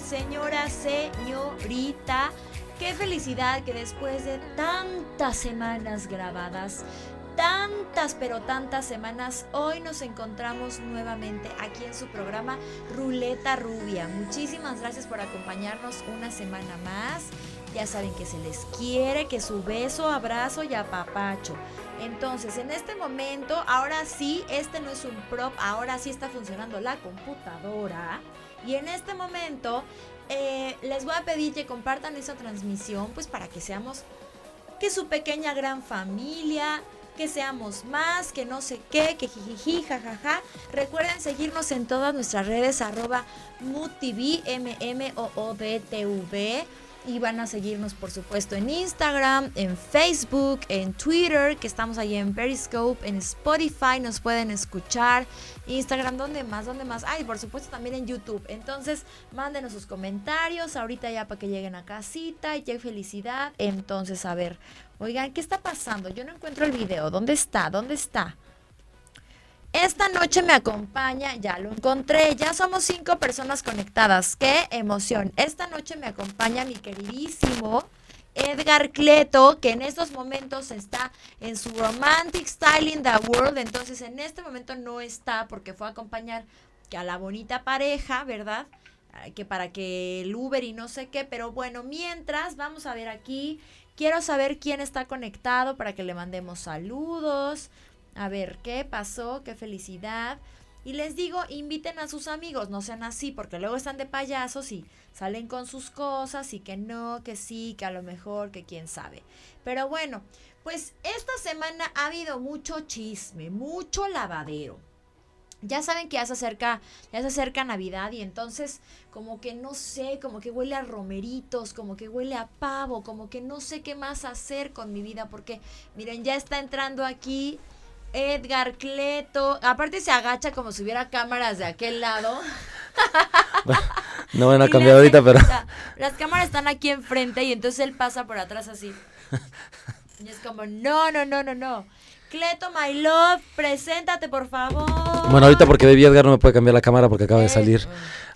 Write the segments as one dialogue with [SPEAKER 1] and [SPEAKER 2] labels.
[SPEAKER 1] señora, señorita. Qué felicidad que después de tantas semanas grabadas, tantas pero tantas semanas, hoy nos encontramos nuevamente aquí en su programa Ruleta Rubia. Muchísimas gracias por acompañarnos una semana más. Ya saben que se les quiere, que su beso, abrazo y apapacho. Entonces, en este momento, ahora sí, este no es un prop, ahora sí está funcionando la computadora. Y en este momento, eh, les voy a pedir que compartan esta transmisión, pues para que seamos, que su pequeña gran familia, que seamos más, que no sé qué, que jijiji, jajaja. Recuerden seguirnos en todas nuestras redes, arroba MUTV, MMOODTV y van a seguirnos por supuesto en Instagram, en Facebook, en Twitter, que estamos ahí en Periscope, en Spotify, nos pueden escuchar, Instagram, ¿dónde más? ¿Dónde más? Ay, ah, por supuesto también en YouTube. Entonces, mándenos sus comentarios ahorita ya para que lleguen a casita y qué felicidad. Entonces, a ver, oigan, ¿qué está pasando? Yo no encuentro el video. ¿Dónde está? ¿Dónde está? Esta noche me acompaña, ya lo encontré, ya somos cinco personas conectadas. ¡Qué emoción! Esta noche me acompaña mi queridísimo Edgar Cleto, que en estos momentos está en su Romantic Style in the World. Entonces, en este momento no está porque fue a acompañar a la bonita pareja, ¿verdad? Ah, Que para que el Uber y no sé qué, pero bueno, mientras vamos a ver aquí. Quiero saber quién está conectado para que le mandemos saludos, a ver qué pasó, qué felicidad. Y les digo, inviten a sus amigos, no sean así, porque luego están de payasos y salen con sus cosas y que no, que sí, que a lo mejor, que quién sabe. Pero bueno, pues esta semana ha habido mucho chisme, mucho lavadero. Ya saben que ya se acerca, ya se acerca Navidad y entonces como que no sé, como que huele a romeritos, como que huele a pavo, como que no sé qué más hacer con mi vida, porque miren, ya está entrando aquí Edgar Cleto. Aparte se agacha como si hubiera cámaras de aquel lado.
[SPEAKER 2] No van a cambiar ahorita, pero...
[SPEAKER 1] Las cámaras están aquí enfrente y entonces él pasa por atrás así. Y es como, no, no, no, no, no. Cleto, my love, preséntate, por favor.
[SPEAKER 2] Bueno, ahorita porque Baby Edgar no me puede cambiar la cámara porque acaba de salir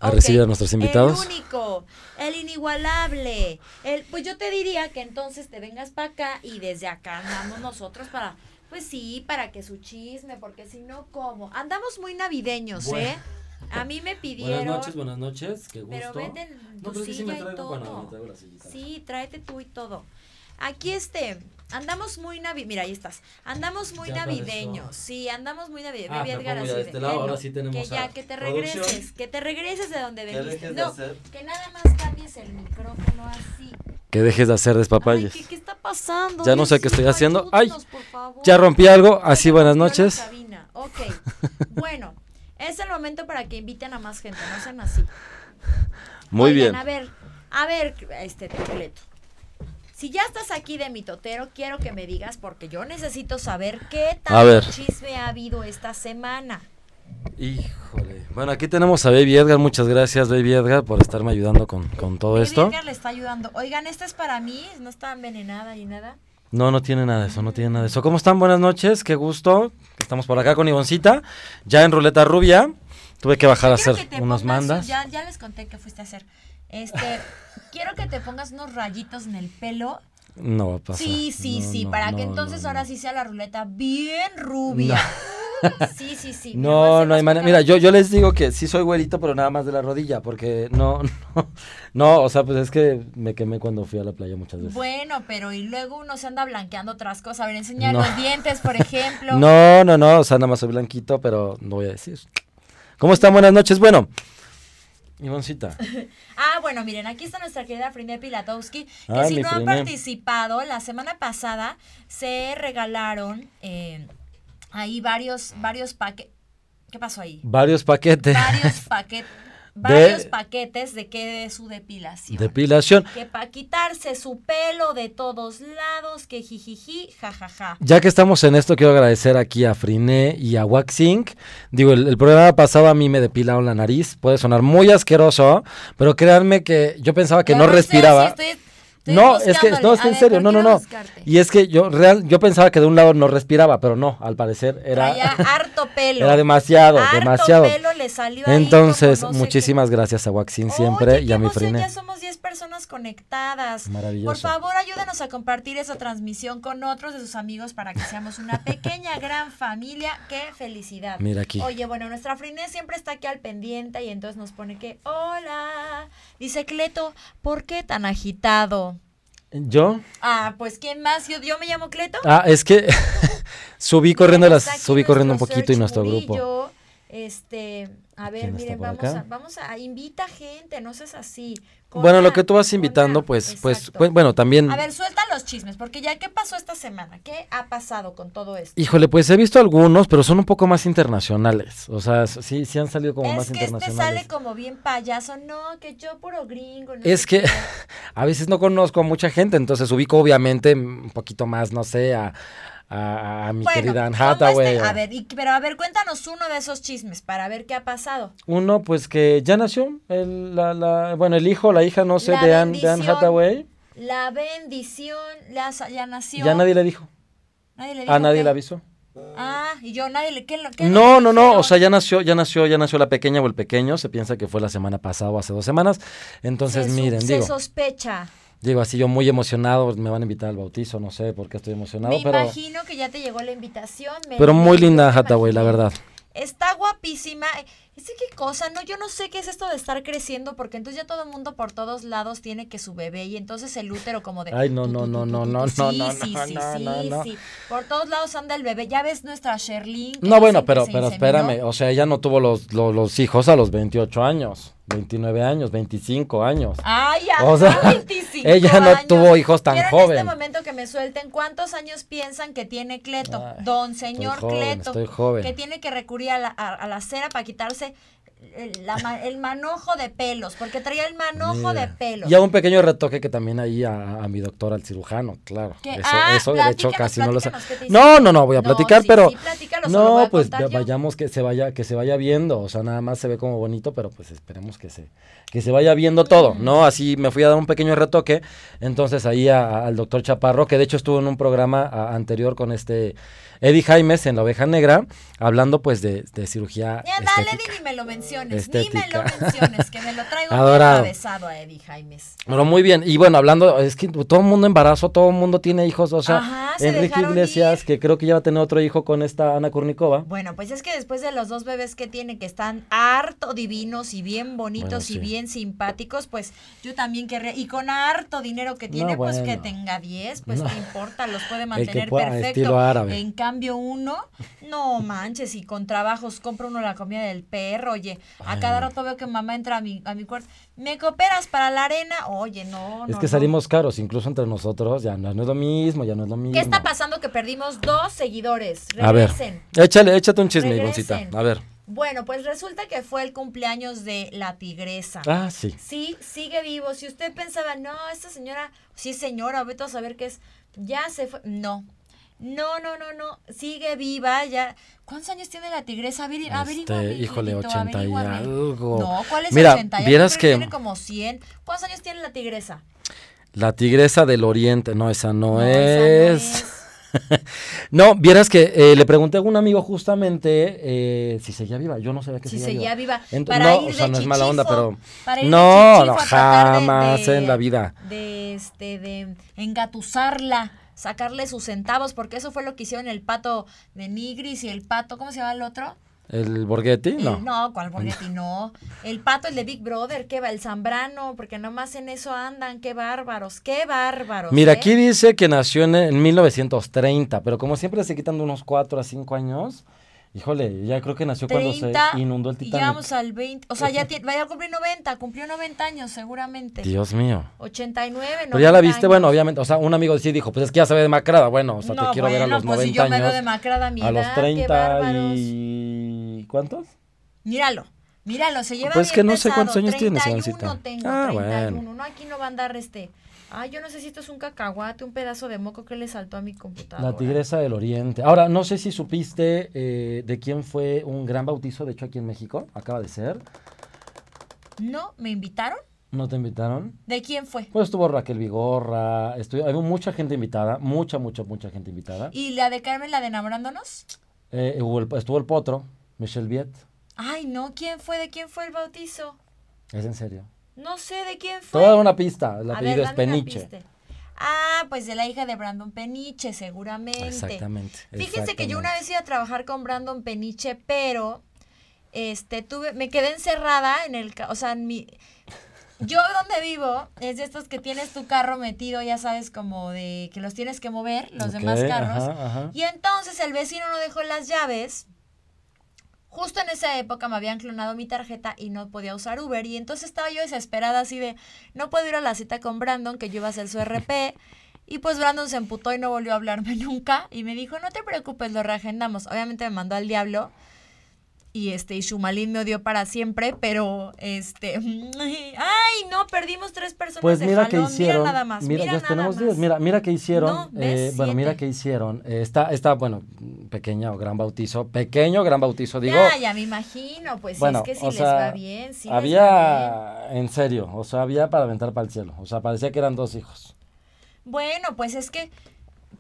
[SPEAKER 2] a okay. recibir a nuestros invitados.
[SPEAKER 1] El único, el inigualable. El, pues yo te diría que entonces te vengas para acá y desde acá andamos nosotros para pues sí, para que su chisme, porque si no, ¿cómo? Andamos muy navideños, bueno. ¿eh? A mí me pidieron.
[SPEAKER 2] Buenas noches, buenas noches, qué gusto.
[SPEAKER 1] Pero vete tu no, silla sí me traigo, y todo. Bueno, me traigo la sí, tráete tú y todo. Aquí este, andamos muy navideños, mira, ahí estás. Andamos muy navideños, sí, andamos muy navideños.
[SPEAKER 2] Ah, Edgar, así de este lado, ahora sí tenemos
[SPEAKER 1] que ya, que te regreses, producción. que te regreses de donde veniste. No,
[SPEAKER 2] hacer?
[SPEAKER 1] que nada más cambies el micrófono así.
[SPEAKER 2] Que dejes de hacer despapalles.
[SPEAKER 1] ¿qué, ¿qué, está pasando?
[SPEAKER 2] Ya no sé qué estoy haciendo. Ay, ya rompí algo. Así, buenas noches.
[SPEAKER 1] Ok, bueno, es el momento para que inviten a más gente, no sean así.
[SPEAKER 2] Muy Oigan, bien.
[SPEAKER 1] A ver, a ver, este completo. Si ya estás aquí de mi totero, quiero que me digas porque yo necesito saber qué tal chisme ha habido esta semana.
[SPEAKER 2] Híjole. Bueno, aquí tenemos a Baby Edgar. Muchas gracias, Baby Edgar, por estarme ayudando con, con todo
[SPEAKER 1] Baby
[SPEAKER 2] esto.
[SPEAKER 1] Edgar le está ayudando. Oigan, esta es para mí. No está envenenada ni nada.
[SPEAKER 2] No, no tiene nada de eso, no tiene nada de eso. ¿Cómo están? Buenas noches, qué gusto. Estamos por acá con Ivoncita, ya en Ruleta Rubia. Tuve que bajar
[SPEAKER 1] quiero
[SPEAKER 2] a hacer unos mandas.
[SPEAKER 1] Ya, ya les conté que fuiste a hacer. Este, quiero que te pongas unos rayitos en el pelo
[SPEAKER 2] no va a pasar.
[SPEAKER 1] Sí, sí,
[SPEAKER 2] no,
[SPEAKER 1] sí,
[SPEAKER 2] no,
[SPEAKER 1] para
[SPEAKER 2] no,
[SPEAKER 1] que entonces ahora sí sea la ruleta bien rubia. Sí, sí, sí.
[SPEAKER 2] No, no hay manera. Mira, yo, yo les digo que sí soy güerito, pero nada más de la rodilla, porque no, no, no, o sea, pues es que me quemé cuando fui a la playa muchas veces.
[SPEAKER 1] Bueno, pero y luego uno se anda blanqueando otras cosas. A ver, enseñar los dientes, por ejemplo.
[SPEAKER 2] No, no, no, o sea, nada más soy blanquito, pero no voy a decir. ¿Cómo están? Buenas noches. Bueno, Ivoncita.
[SPEAKER 1] ah, bueno, miren, aquí está nuestra querida Frine Pilatowski, que ah, si no Frine. han participado, la semana pasada se regalaron eh, ahí varios, varios paquetes. ¿Qué pasó ahí?
[SPEAKER 2] Varios paquetes.
[SPEAKER 1] Varios paquetes. varios paquetes de que de su depilación.
[SPEAKER 2] Depilación.
[SPEAKER 1] Que para quitarse su pelo de todos lados, que jijiji, jajaja.
[SPEAKER 2] Ya que estamos en esto, quiero agradecer aquí a Friné y a Waxing. Digo, el, el, programa pasado a mí me depilaron la nariz. Puede sonar muy asqueroso, pero créanme que yo pensaba que yo no,
[SPEAKER 1] Sé,
[SPEAKER 2] respiraba.
[SPEAKER 1] si estoy Estoy
[SPEAKER 2] no, es que,
[SPEAKER 1] buscándole.
[SPEAKER 2] no, es
[SPEAKER 1] A
[SPEAKER 2] en
[SPEAKER 1] ver,
[SPEAKER 2] serio,
[SPEAKER 1] ¿por
[SPEAKER 2] no,
[SPEAKER 1] qué
[SPEAKER 2] no,
[SPEAKER 1] iba a
[SPEAKER 2] no.
[SPEAKER 1] buscarte?
[SPEAKER 2] Y es que yo real, yo pensaba que de un lado no respiraba, pero no, al parecer era,
[SPEAKER 1] Traía harto pelo.
[SPEAKER 2] era demasiado,
[SPEAKER 1] Harto
[SPEAKER 2] demasiado.
[SPEAKER 1] pelo le salió ahí
[SPEAKER 2] Entonces,
[SPEAKER 1] como no sé qué.
[SPEAKER 2] muchísimas gracias a Waxin siempre
[SPEAKER 1] Oye,
[SPEAKER 2] y
[SPEAKER 1] qué
[SPEAKER 2] a mi
[SPEAKER 1] emoción,
[SPEAKER 2] Frine.
[SPEAKER 1] Ya somos 10 personas conectadas.
[SPEAKER 2] Maravilloso.
[SPEAKER 1] Por favor, ayúdenos a compartir esa transmisión con otros de sus amigos para que seamos una pequeña gran familia. ¡Qué felicidad!
[SPEAKER 2] Mira aquí.
[SPEAKER 1] Oye, bueno, nuestra Frine siempre está aquí al pendiente y entonces nos pone que, hola. Dice Cleto, ¿por qué tan agitado?
[SPEAKER 2] ¿Yo?
[SPEAKER 1] Ah, pues ¿quién más? Yo, yo me llamo Cleto.
[SPEAKER 2] Ah, es que subí corriendo las,
[SPEAKER 1] Está pues aquí
[SPEAKER 2] subí corriendo un
[SPEAKER 1] nuestro
[SPEAKER 2] poquito y
[SPEAKER 1] Serge
[SPEAKER 2] nuestro grupo.
[SPEAKER 1] Murillo, Este, a ver,
[SPEAKER 2] ¿Quién está
[SPEAKER 1] miren,
[SPEAKER 2] por
[SPEAKER 1] vamos
[SPEAKER 2] acá?
[SPEAKER 1] a, vamos a, invita gente, no seas así.
[SPEAKER 2] Bueno, lo
[SPEAKER 1] Cona,
[SPEAKER 2] que tú vas
[SPEAKER 1] cona,
[SPEAKER 2] invitando, pues, pues,
[SPEAKER 1] exacto.
[SPEAKER 2] pues, bueno, también.
[SPEAKER 1] A ver, suelta los chismes, porque ya, ¿qué pasó esta semana? ¿Qué ha pasado con todo esto?
[SPEAKER 2] Híjole, pues he visto algunos, pero son un poco más internacionales. O sea, s- sí, sí han salido como más
[SPEAKER 1] es que este
[SPEAKER 2] internacionales.
[SPEAKER 1] sale como bien payaso, no, que yo puro gringo. no
[SPEAKER 2] Es
[SPEAKER 1] sé
[SPEAKER 2] que
[SPEAKER 1] qué.
[SPEAKER 2] a veces no conozco a mucha gente, entonces ubico obviamente un poquito más, no sé, a, a- a mi
[SPEAKER 1] Bueno,
[SPEAKER 2] querida Anne
[SPEAKER 1] ¿cómo
[SPEAKER 2] Hathaway. eh.
[SPEAKER 1] este?
[SPEAKER 2] o-
[SPEAKER 1] A ver, y- pero a ver, cuéntanos uno de esos chismes para ver qué ha pasado.
[SPEAKER 2] Uno, pues que ya nació, el, la, la- bueno, el hijo, la hija, no sé,
[SPEAKER 1] La
[SPEAKER 2] de Anne, de Anne
[SPEAKER 1] bendición.
[SPEAKER 2] Hathaway.
[SPEAKER 1] La bendición, la, sa- ya nació.
[SPEAKER 2] Ya nadie le dijo,
[SPEAKER 1] Nadie le
[SPEAKER 2] a
[SPEAKER 1] dijo
[SPEAKER 2] nadie
[SPEAKER 1] qué.
[SPEAKER 2] le avisó.
[SPEAKER 1] Ah, y yo, nadie le. ¿qué, lo- qué
[SPEAKER 2] No,
[SPEAKER 1] le
[SPEAKER 2] no, no, o
[SPEAKER 1] dijeron?
[SPEAKER 2] sea, ya nació, ya nació, ya nació la pequeña o el pequeño, se piensa que fue la semana pasada o hace dos semanas. Entonces,
[SPEAKER 1] se, su-
[SPEAKER 2] miren,
[SPEAKER 1] se
[SPEAKER 2] digo,
[SPEAKER 1] sospecha.
[SPEAKER 2] digo así yo muy emocionado, me van a invitar al bautizo, no sé por qué estoy emocionado,
[SPEAKER 1] me
[SPEAKER 2] pero,
[SPEAKER 1] imagino que ya te llegó la invitación. me-
[SPEAKER 2] pero muy
[SPEAKER 1] yo
[SPEAKER 2] linda
[SPEAKER 1] me
[SPEAKER 2] Hathaway, la
[SPEAKER 1] imaginé.
[SPEAKER 2] verdad.
[SPEAKER 1] Está guapísima. ¿Este qué cosa? No, yo no sé qué es esto de estar creciendo, porque entonces ya todo el mundo por todos lados tiene que su bebé y entonces el útero como de...
[SPEAKER 2] Ay, no,
[SPEAKER 1] tu,
[SPEAKER 2] no,
[SPEAKER 1] tu,
[SPEAKER 2] no,
[SPEAKER 1] tu,
[SPEAKER 2] no,
[SPEAKER 1] tu,
[SPEAKER 2] no,
[SPEAKER 1] tu.
[SPEAKER 2] no,
[SPEAKER 1] Sí,
[SPEAKER 2] no,
[SPEAKER 1] sí,
[SPEAKER 2] no,
[SPEAKER 1] sí,
[SPEAKER 2] no, no,
[SPEAKER 1] sí,
[SPEAKER 2] no.
[SPEAKER 1] sí. Por todos lados anda el bebé. Ya ves nuestra Sherlyn. que
[SPEAKER 2] No,
[SPEAKER 1] dicen
[SPEAKER 2] bueno,
[SPEAKER 1] que se
[SPEAKER 2] pero, pero
[SPEAKER 1] inseminó.
[SPEAKER 2] espérame, o sea, ella no tuvo los, los, los hijos a los 28 años, 29 años, 25 años.
[SPEAKER 1] Ay, ya,
[SPEAKER 2] O sea,
[SPEAKER 1] 25
[SPEAKER 2] ella no
[SPEAKER 1] años.
[SPEAKER 2] tuvo hijos tan
[SPEAKER 1] Quiero En
[SPEAKER 2] joven.
[SPEAKER 1] este momento que me suelten, ¿cuántos años piensan que tiene Cleto?
[SPEAKER 2] Ay,
[SPEAKER 1] Don señor
[SPEAKER 2] estoy joven,
[SPEAKER 1] Cleto.
[SPEAKER 2] estoy joven.
[SPEAKER 1] Que tiene que recurrir a la, a- a la cera para quitarse el, la ma- el manojo de pelos, porque traía el manojo
[SPEAKER 2] Mira.
[SPEAKER 1] de pelos.
[SPEAKER 2] Y a un pequeño retoque que también ahí a, a mi doctor, al cirujano, claro.
[SPEAKER 1] ¿Qué?
[SPEAKER 2] Eso,
[SPEAKER 1] Ah,
[SPEAKER 2] eso de hecho
[SPEAKER 1] platícanos,
[SPEAKER 2] casi no lo sé.
[SPEAKER 1] platícanos, ¿qué te
[SPEAKER 2] No, no, no, voy a
[SPEAKER 1] No,
[SPEAKER 2] platicar,
[SPEAKER 1] sí,
[SPEAKER 2] pero.
[SPEAKER 1] sí, platícalo, solo voy
[SPEAKER 2] no,
[SPEAKER 1] a
[SPEAKER 2] pues
[SPEAKER 1] contar yo.
[SPEAKER 2] vayamos que se vaya, que se vaya viendo. O sea, nada más se ve como bonito, pero pues esperemos que se, que se vaya
[SPEAKER 1] Mm.
[SPEAKER 2] viendo todo, ¿no? Así me fui a dar un pequeño retoque. Entonces ahí a- a- al doctor Chaparro, que de hecho estuvo en un programa a- anterior con este Eddie Jaimes en La Oveja Negra, hablando pues de, de cirugía.
[SPEAKER 1] Ya dale,
[SPEAKER 2] estética.
[SPEAKER 1] ni me lo menciones, ni me
[SPEAKER 2] Estética.
[SPEAKER 1] lo menciones, que me lo traigo bien
[SPEAKER 2] Adorado.
[SPEAKER 1] atravesado a Eddie Jaimes.
[SPEAKER 2] Pero muy bien, y bueno, hablando, es que todo el mundo embarazó, todo el mundo tiene hijos, o sea,
[SPEAKER 1] Ajá, se
[SPEAKER 2] Enrique
[SPEAKER 1] dejaron
[SPEAKER 2] Iglesias,
[SPEAKER 1] ir.
[SPEAKER 2] que creo que ya va a tener otro hijo con esta Ana Kurnikova.
[SPEAKER 1] Bueno, pues es que después de los dos bebés que tiene, que están harto divinos y bien bonitos
[SPEAKER 2] Bueno,
[SPEAKER 1] y
[SPEAKER 2] sí.
[SPEAKER 1] bien simpáticos, pues yo también querría, y con harto dinero que tiene,
[SPEAKER 2] No,
[SPEAKER 1] pues que
[SPEAKER 2] bueno.
[SPEAKER 1] tenga 10, pues
[SPEAKER 2] No.
[SPEAKER 1] no importa, los puede mantener
[SPEAKER 2] pueda,
[SPEAKER 1] perfecto.
[SPEAKER 2] estilo árabe.
[SPEAKER 1] En cambio uno, no manches, y con trabajos compra uno la comida del perro, oye, a cada rato veo que mamá entra a mi, a mi cuarto, ¿me cooperas para la arena? Oye, no,
[SPEAKER 2] es
[SPEAKER 1] no,
[SPEAKER 2] que
[SPEAKER 1] no.
[SPEAKER 2] salimos caros, incluso entre nosotros, ya no, no es lo mismo, ya no es lo mismo.
[SPEAKER 1] ¿Qué está pasando que perdimos dos seguidores?
[SPEAKER 2] A ver,
[SPEAKER 1] Regresen.
[SPEAKER 2] échale, échate un chisme,
[SPEAKER 1] Regresen.
[SPEAKER 2] Ivoncita, a ver.
[SPEAKER 1] Bueno, pues resulta que fue el cumpleaños de la tigresa.
[SPEAKER 2] Ah, sí.
[SPEAKER 1] Sí, sigue vivo. Si usted pensaba, no, esta señora, sí señora, vete a saber qué es, ya se fue. No, no, no, no, no, sigue viva, ya. ¿Cuántos años tiene la tigresa? Averi- averíguame,
[SPEAKER 2] Este, híjole,
[SPEAKER 1] Lupito,
[SPEAKER 2] 80 y
[SPEAKER 1] averíguame.
[SPEAKER 2] algo.
[SPEAKER 1] No, ¿cuál es
[SPEAKER 2] Mira,
[SPEAKER 1] 80? Yo
[SPEAKER 2] vieras
[SPEAKER 1] creo
[SPEAKER 2] que
[SPEAKER 1] Tiene como 100. ¿Cuántos años tiene la tigresa?
[SPEAKER 2] la tigresa del oriente, no, esa no,
[SPEAKER 1] No, esa no
[SPEAKER 2] es. No, vieras que eh, le pregunté a un amigo justamente eh, si seguía viva. Yo no sabía que
[SPEAKER 1] Si
[SPEAKER 2] seguía
[SPEAKER 1] seguía viva.
[SPEAKER 2] Ento-
[SPEAKER 1] para
[SPEAKER 2] no,
[SPEAKER 1] ir
[SPEAKER 2] o sea,
[SPEAKER 1] de
[SPEAKER 2] no es mala onda,
[SPEAKER 1] chichifo,
[SPEAKER 2] pero
[SPEAKER 1] para ir de
[SPEAKER 2] no,
[SPEAKER 1] chichifo
[SPEAKER 2] no,
[SPEAKER 1] a tratar de-
[SPEAKER 2] jamás
[SPEAKER 1] de-
[SPEAKER 2] en la vida.
[SPEAKER 1] De este, de engatusarla, sacarle sus centavos, porque eso fue lo que hicieron el pato de Nigris y el pato, ¿cómo se llama el otro?
[SPEAKER 2] ¿El Borghetti?
[SPEAKER 1] El-
[SPEAKER 2] No.
[SPEAKER 1] Eh, no, ¿cuál Borghetti? No. El pato, el de Big Brother, qué va, el Zambrano, porque nomás en eso andan, qué bárbaros, qué bárbaros.
[SPEAKER 2] Mira,
[SPEAKER 1] ¿eh?
[SPEAKER 2] aquí dice que nació en, en 1930, pero como siempre se quitan de unos 4 a 5 años, híjole, ya creo que nació cuando
[SPEAKER 1] 30,
[SPEAKER 2] se inundó el
[SPEAKER 1] y llegamos
[SPEAKER 2] Titanic.
[SPEAKER 1] al 20, o sea, ya tiene, vaya a cumplir 90, cumplió 90 años seguramente.
[SPEAKER 2] Dios mío.
[SPEAKER 1] 89, 90
[SPEAKER 2] Pero Pues ya la viste,
[SPEAKER 1] años.
[SPEAKER 2] bueno, obviamente, o sea, un amigo sí dijo, pues es que ya se ve demacrada, bueno, o sea,
[SPEAKER 1] No,
[SPEAKER 2] te quiero ver a
[SPEAKER 1] bueno,
[SPEAKER 2] los
[SPEAKER 1] pues,
[SPEAKER 2] 90
[SPEAKER 1] si yo me veo
[SPEAKER 2] años.
[SPEAKER 1] demacrada a mi
[SPEAKER 2] a
[SPEAKER 1] edad,
[SPEAKER 2] los
[SPEAKER 1] qué
[SPEAKER 2] 30
[SPEAKER 1] bárbaros.
[SPEAKER 2] y... ¿cuántos?
[SPEAKER 1] Míralo, míralo, se lleva
[SPEAKER 2] Pues
[SPEAKER 1] bien
[SPEAKER 2] que no sé cuántos
[SPEAKER 1] pesado,
[SPEAKER 2] años tienes,
[SPEAKER 1] 31
[SPEAKER 2] Ivancita.
[SPEAKER 1] tengo,
[SPEAKER 2] Ah,
[SPEAKER 1] 31.
[SPEAKER 2] bueno.
[SPEAKER 1] No, aquí no va a andar este... Ay, yo no sé si esto es un cacahuate, un pedazo de moco que le saltó a mi computadora.
[SPEAKER 2] La Tigresa del Oriente. Ahora, no sé si supiste eh, de quién fue un gran bautizo, de hecho, aquí en México, acaba de ser.
[SPEAKER 1] ¿No? ¿Me invitaron?
[SPEAKER 2] ¿No te invitaron?
[SPEAKER 1] ¿De quién fue?
[SPEAKER 2] Pues estuvo Raquel Vigorra, estuvo, hubo mucha gente invitada, mucha, mucha, mucha gente invitada.
[SPEAKER 1] ¿Y la de Carmen, la de enamorándonos?
[SPEAKER 2] Eh, hubo el- estuvo el Potro, Michelle Viet,
[SPEAKER 1] Ay, no, ¿quién fue? ¿De quién fue el bautizo?
[SPEAKER 2] es en serio.
[SPEAKER 1] No sé de quién
[SPEAKER 2] Te
[SPEAKER 1] fue.
[SPEAKER 2] voy a dar una pista, el
[SPEAKER 1] A
[SPEAKER 2] apellido
[SPEAKER 1] ver,
[SPEAKER 2] es
[SPEAKER 1] dame una
[SPEAKER 2] Peniche.
[SPEAKER 1] pista. Ah, pues de la hija de Brandon Peniche, seguramente.
[SPEAKER 2] Exactamente.
[SPEAKER 1] Fíjense que yo
[SPEAKER 2] exactamente.
[SPEAKER 1] una vez iba a trabajar con Brandon Peniche, pero este tuve me quedé encerrada en el, ca- o sea, en mi yo donde vivo es de estos que tienes tu carro metido, ya sabes, como de que los tienes que mover, los
[SPEAKER 2] Ok,
[SPEAKER 1] demás carros.
[SPEAKER 2] ajá, ajá.
[SPEAKER 1] Y entonces el vecino no dejó las llaves. Justo en esa época me habían clonado mi tarjeta y no podía usar Uber. Y entonces estaba yo desesperada así de, no puedo ir a la cita con Brandon, que yo iba a hacer su RP. Y pues Brandon se emputó y no volvió a hablarme nunca. Y me dijo, no te preocupes, lo reagendamos. Obviamente me mandó al diablo. Y este, y Shumalin me odió para siempre, pero este, ay, no, perdimos tres personas
[SPEAKER 2] Pues
[SPEAKER 1] de
[SPEAKER 2] mira que
[SPEAKER 1] jalón.
[SPEAKER 2] hicieron.
[SPEAKER 1] Mira nada más,
[SPEAKER 2] mira,
[SPEAKER 1] mira
[SPEAKER 2] ya
[SPEAKER 1] nada
[SPEAKER 2] tenemos
[SPEAKER 1] más.
[SPEAKER 2] 10. Mira, mira que hicieron.
[SPEAKER 1] No, ves,
[SPEAKER 2] eh, bueno, mira
[SPEAKER 1] siete.
[SPEAKER 2] que hicieron. eh, está, está, bueno, pequeña o gran bautizo. Pequeño, gran bautizo, digo.
[SPEAKER 1] ya, ya me imagino, pues
[SPEAKER 2] bueno,
[SPEAKER 1] es que si
[SPEAKER 2] o
[SPEAKER 1] les
[SPEAKER 2] sea,
[SPEAKER 1] va bien, sí.
[SPEAKER 2] había, en serio, o sea, había para aventar para el cielo. O sea, parecía que eran dos hijos.
[SPEAKER 1] Bueno, pues es que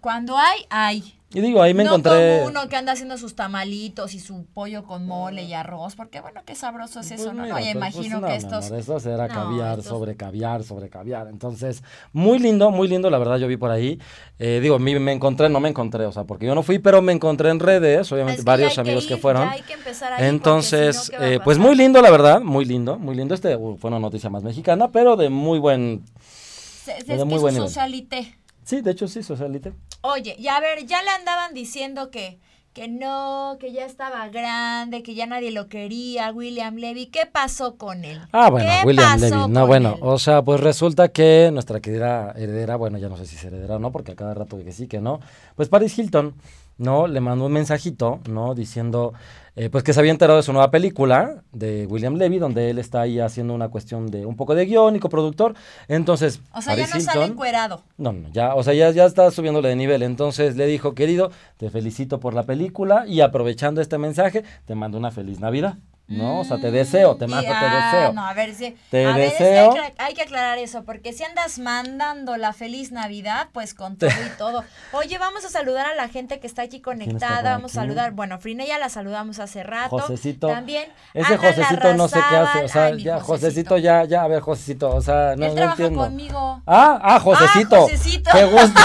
[SPEAKER 1] cuando hay, hay.
[SPEAKER 2] Y digo, ahí me
[SPEAKER 1] no
[SPEAKER 2] encontré.
[SPEAKER 1] como uno que anda haciendo sus tamalitos y su pollo con mole y arroz, porque bueno, qué sabroso es
[SPEAKER 2] Pues
[SPEAKER 1] eso, ¿no?
[SPEAKER 2] mira,
[SPEAKER 1] No, ya
[SPEAKER 2] pues- pues
[SPEAKER 1] imagino
[SPEAKER 2] no,
[SPEAKER 1] que
[SPEAKER 2] mi
[SPEAKER 1] estos...
[SPEAKER 2] amor, estos era
[SPEAKER 1] No,
[SPEAKER 2] caviar,
[SPEAKER 1] estos-
[SPEAKER 2] sobre caviar, sobre caviar. Entonces, muy lindo, muy lindo, la verdad, yo vi por ahí. Eh, digo, me, me encontré, no me encontré, o sea, porque yo no fui, pero me encontré en redes, obviamente,
[SPEAKER 1] Es que
[SPEAKER 2] varios
[SPEAKER 1] ya hay
[SPEAKER 2] amigos que,
[SPEAKER 1] ir,
[SPEAKER 2] fueron.
[SPEAKER 1] ya hay que empezar ahí, porque si no,
[SPEAKER 2] Entonces,
[SPEAKER 1] ¿qué va a
[SPEAKER 2] eh,
[SPEAKER 1] pasar?
[SPEAKER 2] pues muy lindo, la verdad, muy lindo, muy lindo. Este uh, fue una noticia más mexicana, pero de muy buen.
[SPEAKER 1] Es, es
[SPEAKER 2] de
[SPEAKER 1] que
[SPEAKER 2] muy
[SPEAKER 1] es un
[SPEAKER 2] buen nivel.
[SPEAKER 1] socialité.
[SPEAKER 2] Sí, de hecho, sí, socialite.
[SPEAKER 1] Oye, y a ver, ya le andaban diciendo que, que no, que ya estaba grande, que ya nadie lo quería, William Levy. ¿Qué pasó con él?
[SPEAKER 2] Ah, bueno,
[SPEAKER 1] ¿Qué
[SPEAKER 2] William
[SPEAKER 1] pasó
[SPEAKER 2] Levy. No,
[SPEAKER 1] con
[SPEAKER 2] bueno,
[SPEAKER 1] él?
[SPEAKER 2] o sea, pues resulta que nuestra querida heredera, bueno, ya no sé si es heredera o no, porque a cada rato que sí, que no, pues Paris Hilton, ¿no? Le mandó un mensajito, ¿no? Diciendo, eh, pues que se había enterado de su nueva película, de William Levy, donde él está ahí haciendo una cuestión de un poco de guión y coproductor. Entonces,
[SPEAKER 1] O sea,
[SPEAKER 2] Paris
[SPEAKER 1] ya no sale
[SPEAKER 2] Hilton-
[SPEAKER 1] encuerado.
[SPEAKER 2] no, no, ya, o sea, ya, ya está subiéndole de nivel. Entonces le dijo, querido, te felicito por la película y aprovechando este mensaje, te mando una feliz Navidad. No, o sea, te deseo, te
[SPEAKER 1] Mm,
[SPEAKER 2] mando,
[SPEAKER 1] y-
[SPEAKER 2] te
[SPEAKER 1] ah,
[SPEAKER 2] deseo.
[SPEAKER 1] No, a ver si.
[SPEAKER 2] Te
[SPEAKER 1] a ver, es que
[SPEAKER 2] deseo.
[SPEAKER 1] hay, que, hay que aclarar eso, porque si andas mandando la feliz Navidad, pues con todo y todo. Oye, vamos a saludar a la gente que está aquí
[SPEAKER 2] está por
[SPEAKER 1] conectada. Vamos a
[SPEAKER 2] aquí?
[SPEAKER 1] saludar. Bueno, Frine ya la saludamos hace rato.
[SPEAKER 2] Josecito.
[SPEAKER 1] También.
[SPEAKER 2] Ese
[SPEAKER 1] Ana
[SPEAKER 2] Josecito no sé qué hace, o
[SPEAKER 1] Larrazábal.
[SPEAKER 2] sea,
[SPEAKER 1] Ay, mi
[SPEAKER 2] ya, Josecito, ya, ya, a ver, Josecito, o sea, no,
[SPEAKER 1] Él
[SPEAKER 2] no
[SPEAKER 1] trabaja
[SPEAKER 2] entiendo.
[SPEAKER 1] conmigo.
[SPEAKER 2] Ah, ah, Josecito.
[SPEAKER 1] Josecito.
[SPEAKER 2] Qué gusto,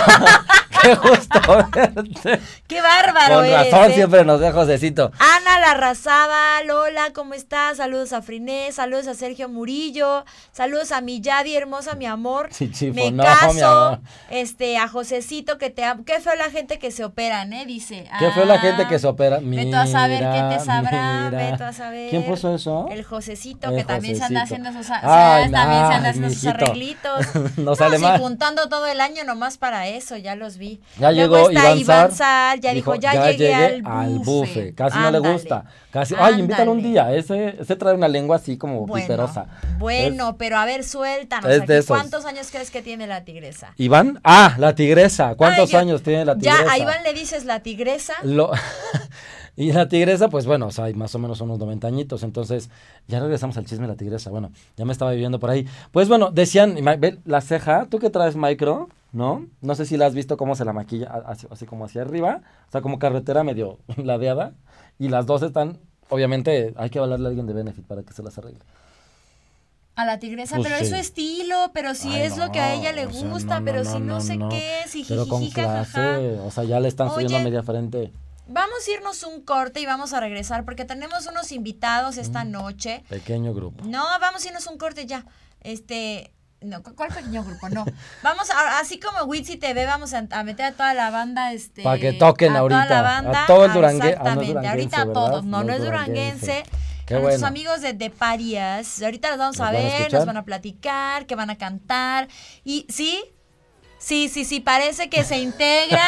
[SPEAKER 2] qué gusto verte.
[SPEAKER 1] ¡Qué bárbaro
[SPEAKER 2] Con
[SPEAKER 1] eres,
[SPEAKER 2] razón
[SPEAKER 1] ¿eh?
[SPEAKER 2] siempre nos ve Josecito.
[SPEAKER 1] Ana Larrazaba, Lola, ¿cómo estás? Saludos a Friné, saludos a Sergio Murillo, saludos a mi Yadi hermosa, mi amor.
[SPEAKER 2] Sí, chifo,
[SPEAKER 1] me
[SPEAKER 2] no,
[SPEAKER 1] caso,
[SPEAKER 2] mi amor.
[SPEAKER 1] este, a Josecito que te amo. Qué feo la gente que se operan, eh, dice.
[SPEAKER 2] Qué fue la gente que se opera. Mira,
[SPEAKER 1] Vete Ah, a saber qué te sabrá,
[SPEAKER 2] mira.
[SPEAKER 1] vete a saber.
[SPEAKER 2] ¿Quién puso eso?
[SPEAKER 1] El Josecito,
[SPEAKER 2] El
[SPEAKER 1] que también se anda
[SPEAKER 2] Josecito.
[SPEAKER 1] haciendo sus, a-
[SPEAKER 2] Ay,
[SPEAKER 1] o sea, también se
[SPEAKER 2] ay,
[SPEAKER 1] anda haciendo sus
[SPEAKER 2] mijito.
[SPEAKER 1] arreglitos.
[SPEAKER 2] No sale
[SPEAKER 1] sí,
[SPEAKER 2] mal.
[SPEAKER 1] juntando todo el año nomás para eso, ya los vi.
[SPEAKER 2] Ya
[SPEAKER 1] Luego
[SPEAKER 2] llegó
[SPEAKER 1] está
[SPEAKER 2] Iván, Sar,
[SPEAKER 1] Sar, ya dijo, ya, llegué, al bufe.
[SPEAKER 2] Casi no le
[SPEAKER 1] Ándale.
[SPEAKER 2] gusta. Casi, ay, invítalo un
[SPEAKER 1] Ándale.
[SPEAKER 2] día. Ese, ese trae una lengua así como
[SPEAKER 1] Bueno,
[SPEAKER 2] piterosa.
[SPEAKER 1] Bueno, pero a ver, suéltanos.
[SPEAKER 2] es de
[SPEAKER 1] aquí.
[SPEAKER 2] esos.
[SPEAKER 1] ¿Cuántos años crees que tiene la tigresa?
[SPEAKER 2] ¿Iván? Ah, la tigresa. ¿Cuántos
[SPEAKER 1] Ay, ya-
[SPEAKER 2] años tiene la tigresa?
[SPEAKER 1] Ya, a Iván le dices la tigresa.
[SPEAKER 2] Lo- y la tigresa, pues bueno, o sea, hay más o menos unos 90 añitos. Entonces, ya regresamos al chisme de la tigresa. Bueno, ya me estaba viviendo por ahí. Pues bueno, decían, ima- ve, la ceja, tú que traes micro, ¿no? No sé si la has visto cómo se la maquilla, a- así, así como hacia arriba. O sea, como carretera medio ladeada. Y las dos están, obviamente, hay que hablarle a alguien de Benefit para que se las arregle.
[SPEAKER 1] A la tigresa,
[SPEAKER 2] Pues
[SPEAKER 1] pero es
[SPEAKER 2] sí.
[SPEAKER 1] su estilo, pero si
[SPEAKER 2] Ay,
[SPEAKER 1] es lo que a ella le
[SPEAKER 2] no, o sea,
[SPEAKER 1] gusta, pero si no, sé qué, si
[SPEAKER 2] Pero con
[SPEAKER 1] jijijija, jaja.
[SPEAKER 2] clase, o sea, ya le están subiendo a
[SPEAKER 1] Oye.
[SPEAKER 2] media frente.
[SPEAKER 1] Vamos a irnos un corte y vamos a regresar porque tenemos unos invitados esta
[SPEAKER 2] Mm.
[SPEAKER 1] noche.
[SPEAKER 2] Pequeño grupo.
[SPEAKER 1] No, vamos a irnos un corte ya. Este, no, ¿cu- ¿cuál pequeño grupo? No. Vamos, a- así como Witsi TV, vamos a, a meter a toda la banda, este.
[SPEAKER 2] Pa' que toquen
[SPEAKER 1] a
[SPEAKER 2] ahorita,
[SPEAKER 1] Toda la banda,
[SPEAKER 2] a todo el durangue- ah, no es
[SPEAKER 1] Exactamente,
[SPEAKER 2] duranguense,
[SPEAKER 1] ahorita a
[SPEAKER 2] ¿verdad?
[SPEAKER 1] todos. No,
[SPEAKER 2] No
[SPEAKER 1] no,
[SPEAKER 2] es
[SPEAKER 1] es
[SPEAKER 2] duranguense.
[SPEAKER 1] duranguense.
[SPEAKER 2] Qué
[SPEAKER 1] a nuestros
[SPEAKER 2] bueno.
[SPEAKER 1] amigos de, de Parias. Ahorita los vamos
[SPEAKER 2] ¿Los
[SPEAKER 1] a
[SPEAKER 2] van a
[SPEAKER 1] ver,
[SPEAKER 2] escuchar?
[SPEAKER 1] nos van a platicar, que van a cantar. Y sí, sí, sí, sí, parece que se integra.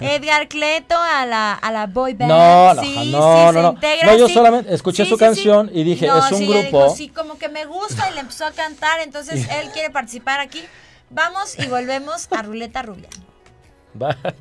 [SPEAKER 1] Edgar Cleto a la, a la boy band.
[SPEAKER 2] No, no,
[SPEAKER 1] sí,
[SPEAKER 2] no,
[SPEAKER 1] sí,
[SPEAKER 2] no,
[SPEAKER 1] se
[SPEAKER 2] no.
[SPEAKER 1] integra,
[SPEAKER 2] No, yo
[SPEAKER 1] sí.
[SPEAKER 2] solamente escuché su canción y dije, es un
[SPEAKER 1] sí, ella
[SPEAKER 2] grupo.
[SPEAKER 1] dijo, sí, como que me gusta y le empezó a cantar, entonces él quiere participar aquí. Vamos y volvemos a Ruleta Rubia.
[SPEAKER 2] Bye.
[SPEAKER 3] Thank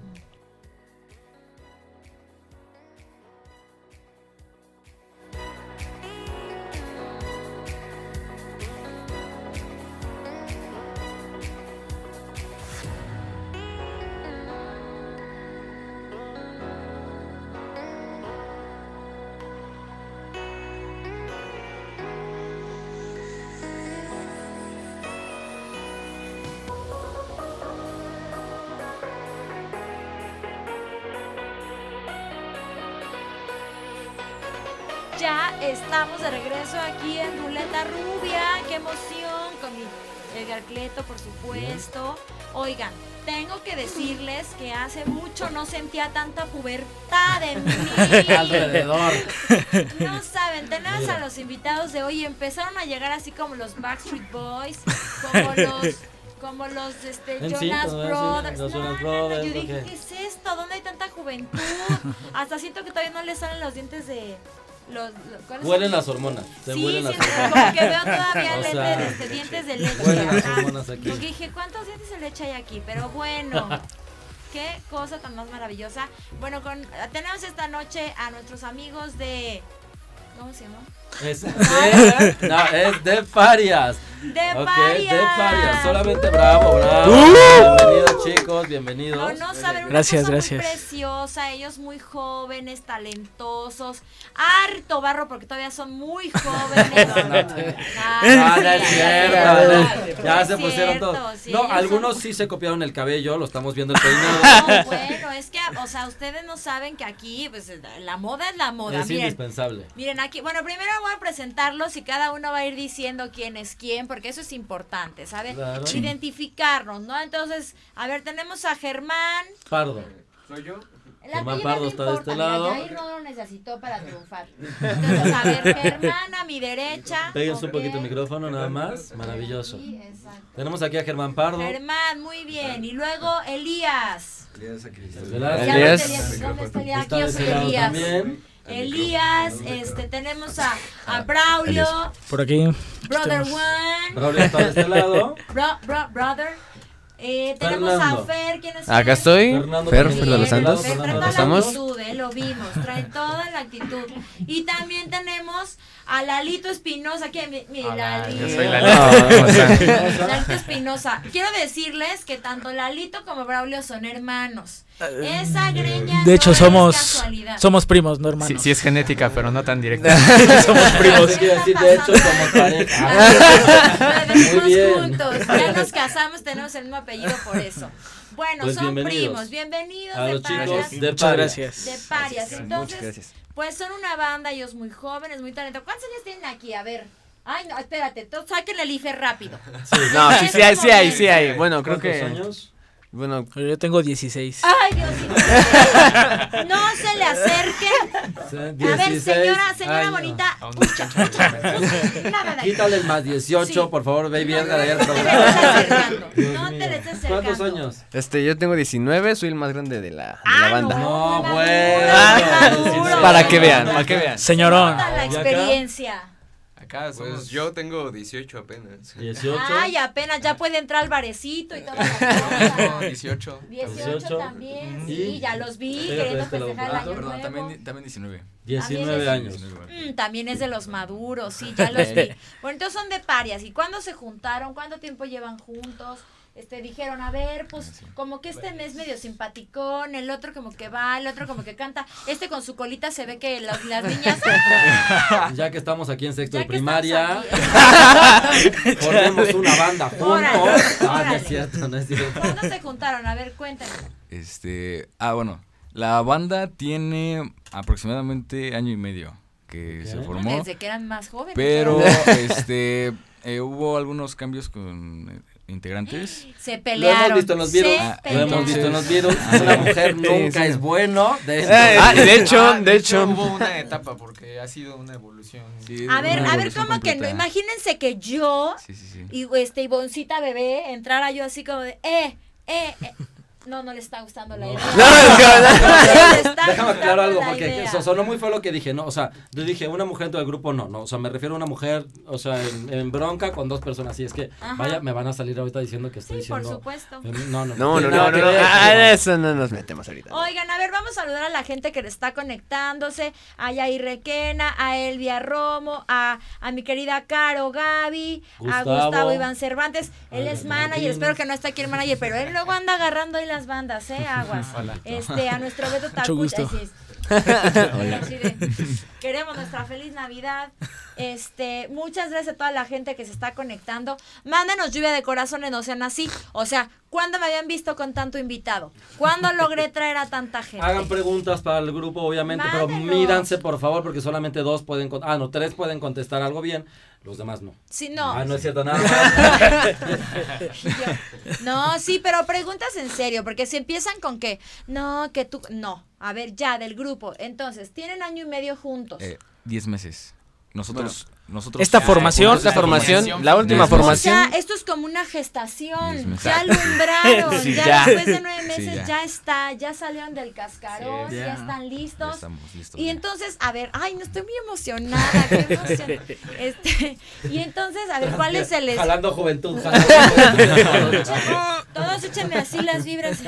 [SPEAKER 1] Ya estamos de regreso aquí en Ruleta Rubia. ¡Qué emoción! Con mi Edgar Cleto, por supuesto. Oigan, tengo que decirles que hace mucho no sentía tanta pubertad en mí.
[SPEAKER 3] Alrededor.
[SPEAKER 1] No saben, tenemos a los invitados de hoy y empezaron a llegar así como los Backstreet Boys, como los como los este,
[SPEAKER 2] En
[SPEAKER 1] Jonas
[SPEAKER 2] sí, como así,
[SPEAKER 1] Brothers.
[SPEAKER 2] los
[SPEAKER 1] No,
[SPEAKER 2] Jonas
[SPEAKER 1] no, no,
[SPEAKER 2] Brothers,
[SPEAKER 1] yo
[SPEAKER 2] ¿o
[SPEAKER 1] dije,
[SPEAKER 2] qué?
[SPEAKER 1] ¿qué es esto? ¿Dónde hay tanta juventud? Hasta siento que todavía no le salen los dientes de los, los- ¿cuáles son?
[SPEAKER 2] Huelen las hormonas. Se
[SPEAKER 1] sí,
[SPEAKER 2] huelen las
[SPEAKER 1] siento
[SPEAKER 2] hormonas.
[SPEAKER 1] como que veo todavía
[SPEAKER 2] O
[SPEAKER 1] lentes,
[SPEAKER 2] sea,
[SPEAKER 1] este, dientes de leche.
[SPEAKER 2] huelen las
[SPEAKER 1] ajá.
[SPEAKER 2] hormonas aquí.
[SPEAKER 1] Porque dije, ¿cuántos dientes de leche hay aquí? Pero bueno, qué cosa tan más maravillosa. Bueno, con, tenemos esta noche a nuestros amigos de... ¿Cómo se llama?
[SPEAKER 2] Es de, no, es de Farias.
[SPEAKER 1] De
[SPEAKER 2] Ok,
[SPEAKER 1] Parias.
[SPEAKER 2] de Farias. Solamente bravo, bravo. Bienvenidos, chicos,
[SPEAKER 1] No,
[SPEAKER 2] bienvenidos.
[SPEAKER 1] no saben, una
[SPEAKER 3] Gracias,
[SPEAKER 1] cosa
[SPEAKER 3] gracias.
[SPEAKER 1] Muy preciosa, ellos muy jóvenes, talentosos, harto barro porque todavía son muy jóvenes.
[SPEAKER 2] Ah, no es
[SPEAKER 1] sí,
[SPEAKER 2] cierto, no. Ya
[SPEAKER 1] es
[SPEAKER 2] se pusieron
[SPEAKER 1] cierto,
[SPEAKER 2] todos.
[SPEAKER 1] sí,
[SPEAKER 2] No,
[SPEAKER 1] ellos
[SPEAKER 2] algunos
[SPEAKER 1] son-
[SPEAKER 2] sí se copiaron el cabello, lo estamos viendo el peinado.
[SPEAKER 1] No, bueno, es que, o sea, ustedes no saben que aquí, pues, la moda es la moda.
[SPEAKER 2] Es
[SPEAKER 1] Miren,
[SPEAKER 2] indispensable.
[SPEAKER 1] Miren, aquí, bueno, primero voy a presentarlos y cada uno va a ir diciendo quién es quién, porque eso es importante, ¿sabe?
[SPEAKER 2] Claro. Sí.
[SPEAKER 1] Identificarnos, ¿no? Entonces, a ver, tenemos a Germán.
[SPEAKER 2] Pardo.
[SPEAKER 1] El
[SPEAKER 2] Germán
[SPEAKER 1] apellido
[SPEAKER 2] Pardo
[SPEAKER 1] no
[SPEAKER 2] está de
[SPEAKER 1] importa,
[SPEAKER 2] este
[SPEAKER 1] mira,
[SPEAKER 2] lado.
[SPEAKER 1] Jair no lo necesitó para triunfar. Entonces, a ver, Germán a mi derecha.
[SPEAKER 2] Péguense un poquito el
[SPEAKER 1] ok.
[SPEAKER 2] micrófono nada más. Maravilloso.
[SPEAKER 1] Sí, exacto.
[SPEAKER 2] Tenemos aquí a Germán Pardo.
[SPEAKER 1] Germán, muy bien. Y luego Elías.
[SPEAKER 2] ¿verdad?
[SPEAKER 1] Ya no
[SPEAKER 4] Elías.
[SPEAKER 1] te digas, ¿Dónde está Elías?
[SPEAKER 2] Está
[SPEAKER 1] Aquí
[SPEAKER 2] de
[SPEAKER 1] yo soy
[SPEAKER 2] ese lado
[SPEAKER 1] Elías.
[SPEAKER 2] también.
[SPEAKER 1] Elías, este, tenemos a, a Braulio,
[SPEAKER 3] Por aquí.
[SPEAKER 1] Brother One,
[SPEAKER 2] Raúl está de este lado.
[SPEAKER 1] bro, bro- Brother. Eh, tenemos
[SPEAKER 2] Fernando.
[SPEAKER 1] a Fer, ¿quién es
[SPEAKER 4] Acá
[SPEAKER 1] Fer?
[SPEAKER 4] estoy,
[SPEAKER 2] Fernando
[SPEAKER 4] Fer
[SPEAKER 2] también.
[SPEAKER 4] Fer de
[SPEAKER 2] Bien,
[SPEAKER 4] los Santos.
[SPEAKER 1] Fer trae
[SPEAKER 2] Fernando
[SPEAKER 1] toda
[SPEAKER 4] ¿Cómo
[SPEAKER 1] la
[SPEAKER 4] estamos?
[SPEAKER 1] actitud, eh, lo vimos, trae toda la actitud. Y también tenemos a Lalito Espinosa, que mi, mi Lalito.
[SPEAKER 4] Yo soy Lalito. ¿Cómo están?
[SPEAKER 1] Lalito Espinosa. Quiero decirles que tanto Lalito como Braulio son hermanos. Esa greña
[SPEAKER 3] De hecho,
[SPEAKER 1] no es
[SPEAKER 3] somos,
[SPEAKER 1] casualidad.
[SPEAKER 3] somos primos, no hermanos.
[SPEAKER 4] Sí, sí es genética, pero no tan directa.
[SPEAKER 3] somos primos.
[SPEAKER 2] Sí, sí, de hecho, somos pareja.
[SPEAKER 1] Ah, Nos
[SPEAKER 2] Muy bien.
[SPEAKER 1] vivimos juntos, ya nos casamos, tenemos el mismo apellido por eso. Bueno,
[SPEAKER 2] Pues
[SPEAKER 1] son
[SPEAKER 2] bienvenidos.
[SPEAKER 1] primos, bienvenidos
[SPEAKER 2] A
[SPEAKER 1] de
[SPEAKER 2] los
[SPEAKER 1] Parias,
[SPEAKER 2] chicos de
[SPEAKER 3] Muchas
[SPEAKER 2] Parias.
[SPEAKER 1] de
[SPEAKER 3] gracias.
[SPEAKER 1] Parias.
[SPEAKER 4] Muchas
[SPEAKER 1] Entonces,
[SPEAKER 4] gracias.
[SPEAKER 1] pues son una banda, ellos muy jóvenes, muy talentosos. ¿Cuántos años tienen aquí? A ver. Ay, no, espérate, to- saquen el IFE rápido.
[SPEAKER 4] No, sí, sí hay, sí hay, sí hay.
[SPEAKER 2] ¿Cuántos
[SPEAKER 4] Bueno, creo que.
[SPEAKER 2] años?
[SPEAKER 4] Bueno,
[SPEAKER 3] Yo tengo 16.
[SPEAKER 1] Ay, Diosito. No se le acerquen. A ver,
[SPEAKER 2] 16
[SPEAKER 1] señora, señora
[SPEAKER 2] años. Ah,
[SPEAKER 1] bonita.
[SPEAKER 4] a un muchacho.
[SPEAKER 1] Nada de
[SPEAKER 2] Quítale el más 18,
[SPEAKER 1] Sí.
[SPEAKER 2] por favor, baby Edgar, ahí al
[SPEAKER 1] No te le estés
[SPEAKER 2] programa.
[SPEAKER 1] acercando.
[SPEAKER 2] Dios
[SPEAKER 1] No te
[SPEAKER 2] mío.
[SPEAKER 1] le estés acercando.
[SPEAKER 2] ¿Cuántos años?
[SPEAKER 4] Este, yo tengo 19, soy el más grande de la, de la
[SPEAKER 1] Ah,
[SPEAKER 4] banda. Ah,
[SPEAKER 2] No,
[SPEAKER 1] Una
[SPEAKER 2] bueno.
[SPEAKER 1] madura,
[SPEAKER 2] Dieciséis.
[SPEAKER 1] maduro.
[SPEAKER 4] Para que vean, para que vean.
[SPEAKER 3] Señorón.
[SPEAKER 1] Toda la
[SPEAKER 2] ¿Y acá?
[SPEAKER 1] experiencia.
[SPEAKER 4] Acá
[SPEAKER 5] Pues yo tengo 18 apenas.
[SPEAKER 2] 18.
[SPEAKER 1] Ay, apenas ya puede entrar al barecito y todas las
[SPEAKER 5] Tengo
[SPEAKER 1] cosas.
[SPEAKER 5] 18.
[SPEAKER 1] 18 también, sí,
[SPEAKER 2] Y-
[SPEAKER 1] ya los vi
[SPEAKER 2] Espérate,
[SPEAKER 1] queriendo
[SPEAKER 2] este lo-
[SPEAKER 1] festejar el
[SPEAKER 2] ah,
[SPEAKER 1] año nuevo.
[SPEAKER 5] también 19.
[SPEAKER 2] 19
[SPEAKER 1] también
[SPEAKER 2] años.
[SPEAKER 1] Mm, también es de los maduros, sí, ya los vi. Bueno, entonces son de parias. ¿Y cuándo se juntaron? ¿Cuánto tiempo llevan juntos? Este, dijeron, a ver, pues como que este mes medio simpaticón, el otro como que va, el otro como que canta, este con su colita se ve que las, las niñas...
[SPEAKER 2] Ya que estamos aquí en sexto
[SPEAKER 1] Ya
[SPEAKER 2] de
[SPEAKER 1] que
[SPEAKER 2] primaria,
[SPEAKER 1] estamos
[SPEAKER 2] formemos una banda
[SPEAKER 1] Órale,
[SPEAKER 2] juntos. Ah, no
[SPEAKER 1] órale.
[SPEAKER 2] es cierto, no es
[SPEAKER 1] aquí.
[SPEAKER 2] cierto.
[SPEAKER 1] ¿Cuándo se juntaron? A ver, cuéntenme.
[SPEAKER 6] Este, ah, bueno, la banda tiene aproximadamente año y medio que se
[SPEAKER 3] Ah,
[SPEAKER 2] Ok.
[SPEAKER 6] formó,
[SPEAKER 1] Desde que eran más jóvenes.
[SPEAKER 6] pero
[SPEAKER 1] claro.
[SPEAKER 6] este, eh, hubo algunos cambios con eh, integrantes.
[SPEAKER 1] se
[SPEAKER 2] Lo hemos
[SPEAKER 1] pelearon.
[SPEAKER 2] visto en los virus.
[SPEAKER 1] se
[SPEAKER 6] Ah,
[SPEAKER 2] Lo hemos
[SPEAKER 1] pelearon.
[SPEAKER 2] visto en los virus.
[SPEAKER 6] Ah,
[SPEAKER 2] Una
[SPEAKER 6] sí.
[SPEAKER 2] mujer
[SPEAKER 6] Sí,
[SPEAKER 2] nunca
[SPEAKER 6] sí.
[SPEAKER 2] es bueno. de esto.
[SPEAKER 4] Ah, de hecho,
[SPEAKER 5] Ah,
[SPEAKER 4] de hecho.
[SPEAKER 5] Hubo una etapa porque ha sido una evolución.
[SPEAKER 6] Sí,
[SPEAKER 1] A ver,
[SPEAKER 6] una
[SPEAKER 1] a ver,
[SPEAKER 6] evolución
[SPEAKER 1] ¿cómo que no?
[SPEAKER 6] completa.
[SPEAKER 1] Imagínense que yo
[SPEAKER 6] Sí, sí, sí.
[SPEAKER 1] y este y Boncita bebé entrara yo así como de, eh, eh, eh. No, no le está gustando la idea.
[SPEAKER 4] No, es que
[SPEAKER 1] No le está
[SPEAKER 2] Déjame aclarar
[SPEAKER 1] gustando
[SPEAKER 2] algo,
[SPEAKER 1] la
[SPEAKER 2] porque
[SPEAKER 1] idea.
[SPEAKER 2] eso sonó muy feo lo que dije, ¿no? O sea, yo dije, una mujer dentro del grupo no, no. O sea, me refiero a una mujer, o sea, en, en bronca con dos personas. Así es que,
[SPEAKER 1] Ajá.
[SPEAKER 2] vaya, me van a salir ahorita diciendo que estoy
[SPEAKER 1] Sí, por
[SPEAKER 2] diciendo.
[SPEAKER 1] supuesto.
[SPEAKER 2] eh, No, no,
[SPEAKER 4] No, no,
[SPEAKER 2] tiene
[SPEAKER 4] no,
[SPEAKER 2] nada
[SPEAKER 4] no.
[SPEAKER 2] que
[SPEAKER 4] no.
[SPEAKER 2] ver,
[SPEAKER 4] Ah,
[SPEAKER 2] no.
[SPEAKER 4] en eso no nos metemos ahorita.
[SPEAKER 1] Oigan, a ver, vamos a saludar a la gente que está conectándose, a Yair Requena, a Elvia Romo, a, a mi querida Caro Gaby, a
[SPEAKER 2] Gustavo.
[SPEAKER 1] Gustavo Iván Cervantes, él
[SPEAKER 2] Ay,
[SPEAKER 1] es
[SPEAKER 2] Dios
[SPEAKER 1] manager,
[SPEAKER 2] mío.
[SPEAKER 1] espero que no esté aquí el manager, pero él luego anda agarrando ahí las bandas, eh, aguas. Este, a nuestro Beto Tacucha,
[SPEAKER 3] gusto.
[SPEAKER 1] así es. Así de, Queremos nuestra feliz Navidad. Este, muchas gracias a toda la gente que se está conectando. Mándenos lluvia de corazones, no sean así. O sea, ¿cuándo me habían visto con tanto invitado? ¿Cuándo logré traer a tanta gente?
[SPEAKER 2] Hagan preguntas para el grupo, obviamente, pero
[SPEAKER 1] Mándenos.
[SPEAKER 2] mídanse, por favor, porque solamente dos pueden, con- ah, no, tres pueden contestar algo bien, los demás no.
[SPEAKER 1] Sí, no.
[SPEAKER 2] Ah, no es cierto, nada más.
[SPEAKER 1] No, sí, pero preguntas en serio, porque si empiezan con que, no, que tú, no, a ver, ya, del grupo. Entonces, tienen año y medio juntos.
[SPEAKER 6] Eh, diez meses. Nosotros, nosotros.
[SPEAKER 3] Esta
[SPEAKER 6] Ah,
[SPEAKER 3] formación-
[SPEAKER 6] juntos
[SPEAKER 4] La
[SPEAKER 6] esta
[SPEAKER 4] formación, la última
[SPEAKER 6] Diez meses.
[SPEAKER 1] o sea,
[SPEAKER 4] formación.
[SPEAKER 1] esto es como una gestación.
[SPEAKER 6] Diez
[SPEAKER 1] Ya
[SPEAKER 6] meses.
[SPEAKER 1] alumbraron.
[SPEAKER 4] Sí,
[SPEAKER 1] ya,
[SPEAKER 4] ya.
[SPEAKER 1] después de nueve meses ya.
[SPEAKER 6] ya.
[SPEAKER 1] está. Ya salieron del cascarón.
[SPEAKER 5] Sí,
[SPEAKER 1] ya.
[SPEAKER 5] ya.
[SPEAKER 1] están
[SPEAKER 6] Ya
[SPEAKER 1] listos.
[SPEAKER 6] estamos listos.
[SPEAKER 1] Y
[SPEAKER 6] ya.
[SPEAKER 1] entonces, a ver, ay, no estoy muy emocionada. Qué emoción. Este, y entonces, a ver, ¿cuál es el es-
[SPEAKER 2] Jalando juventud, jalando juventud.
[SPEAKER 1] Todos échenme así las vibras.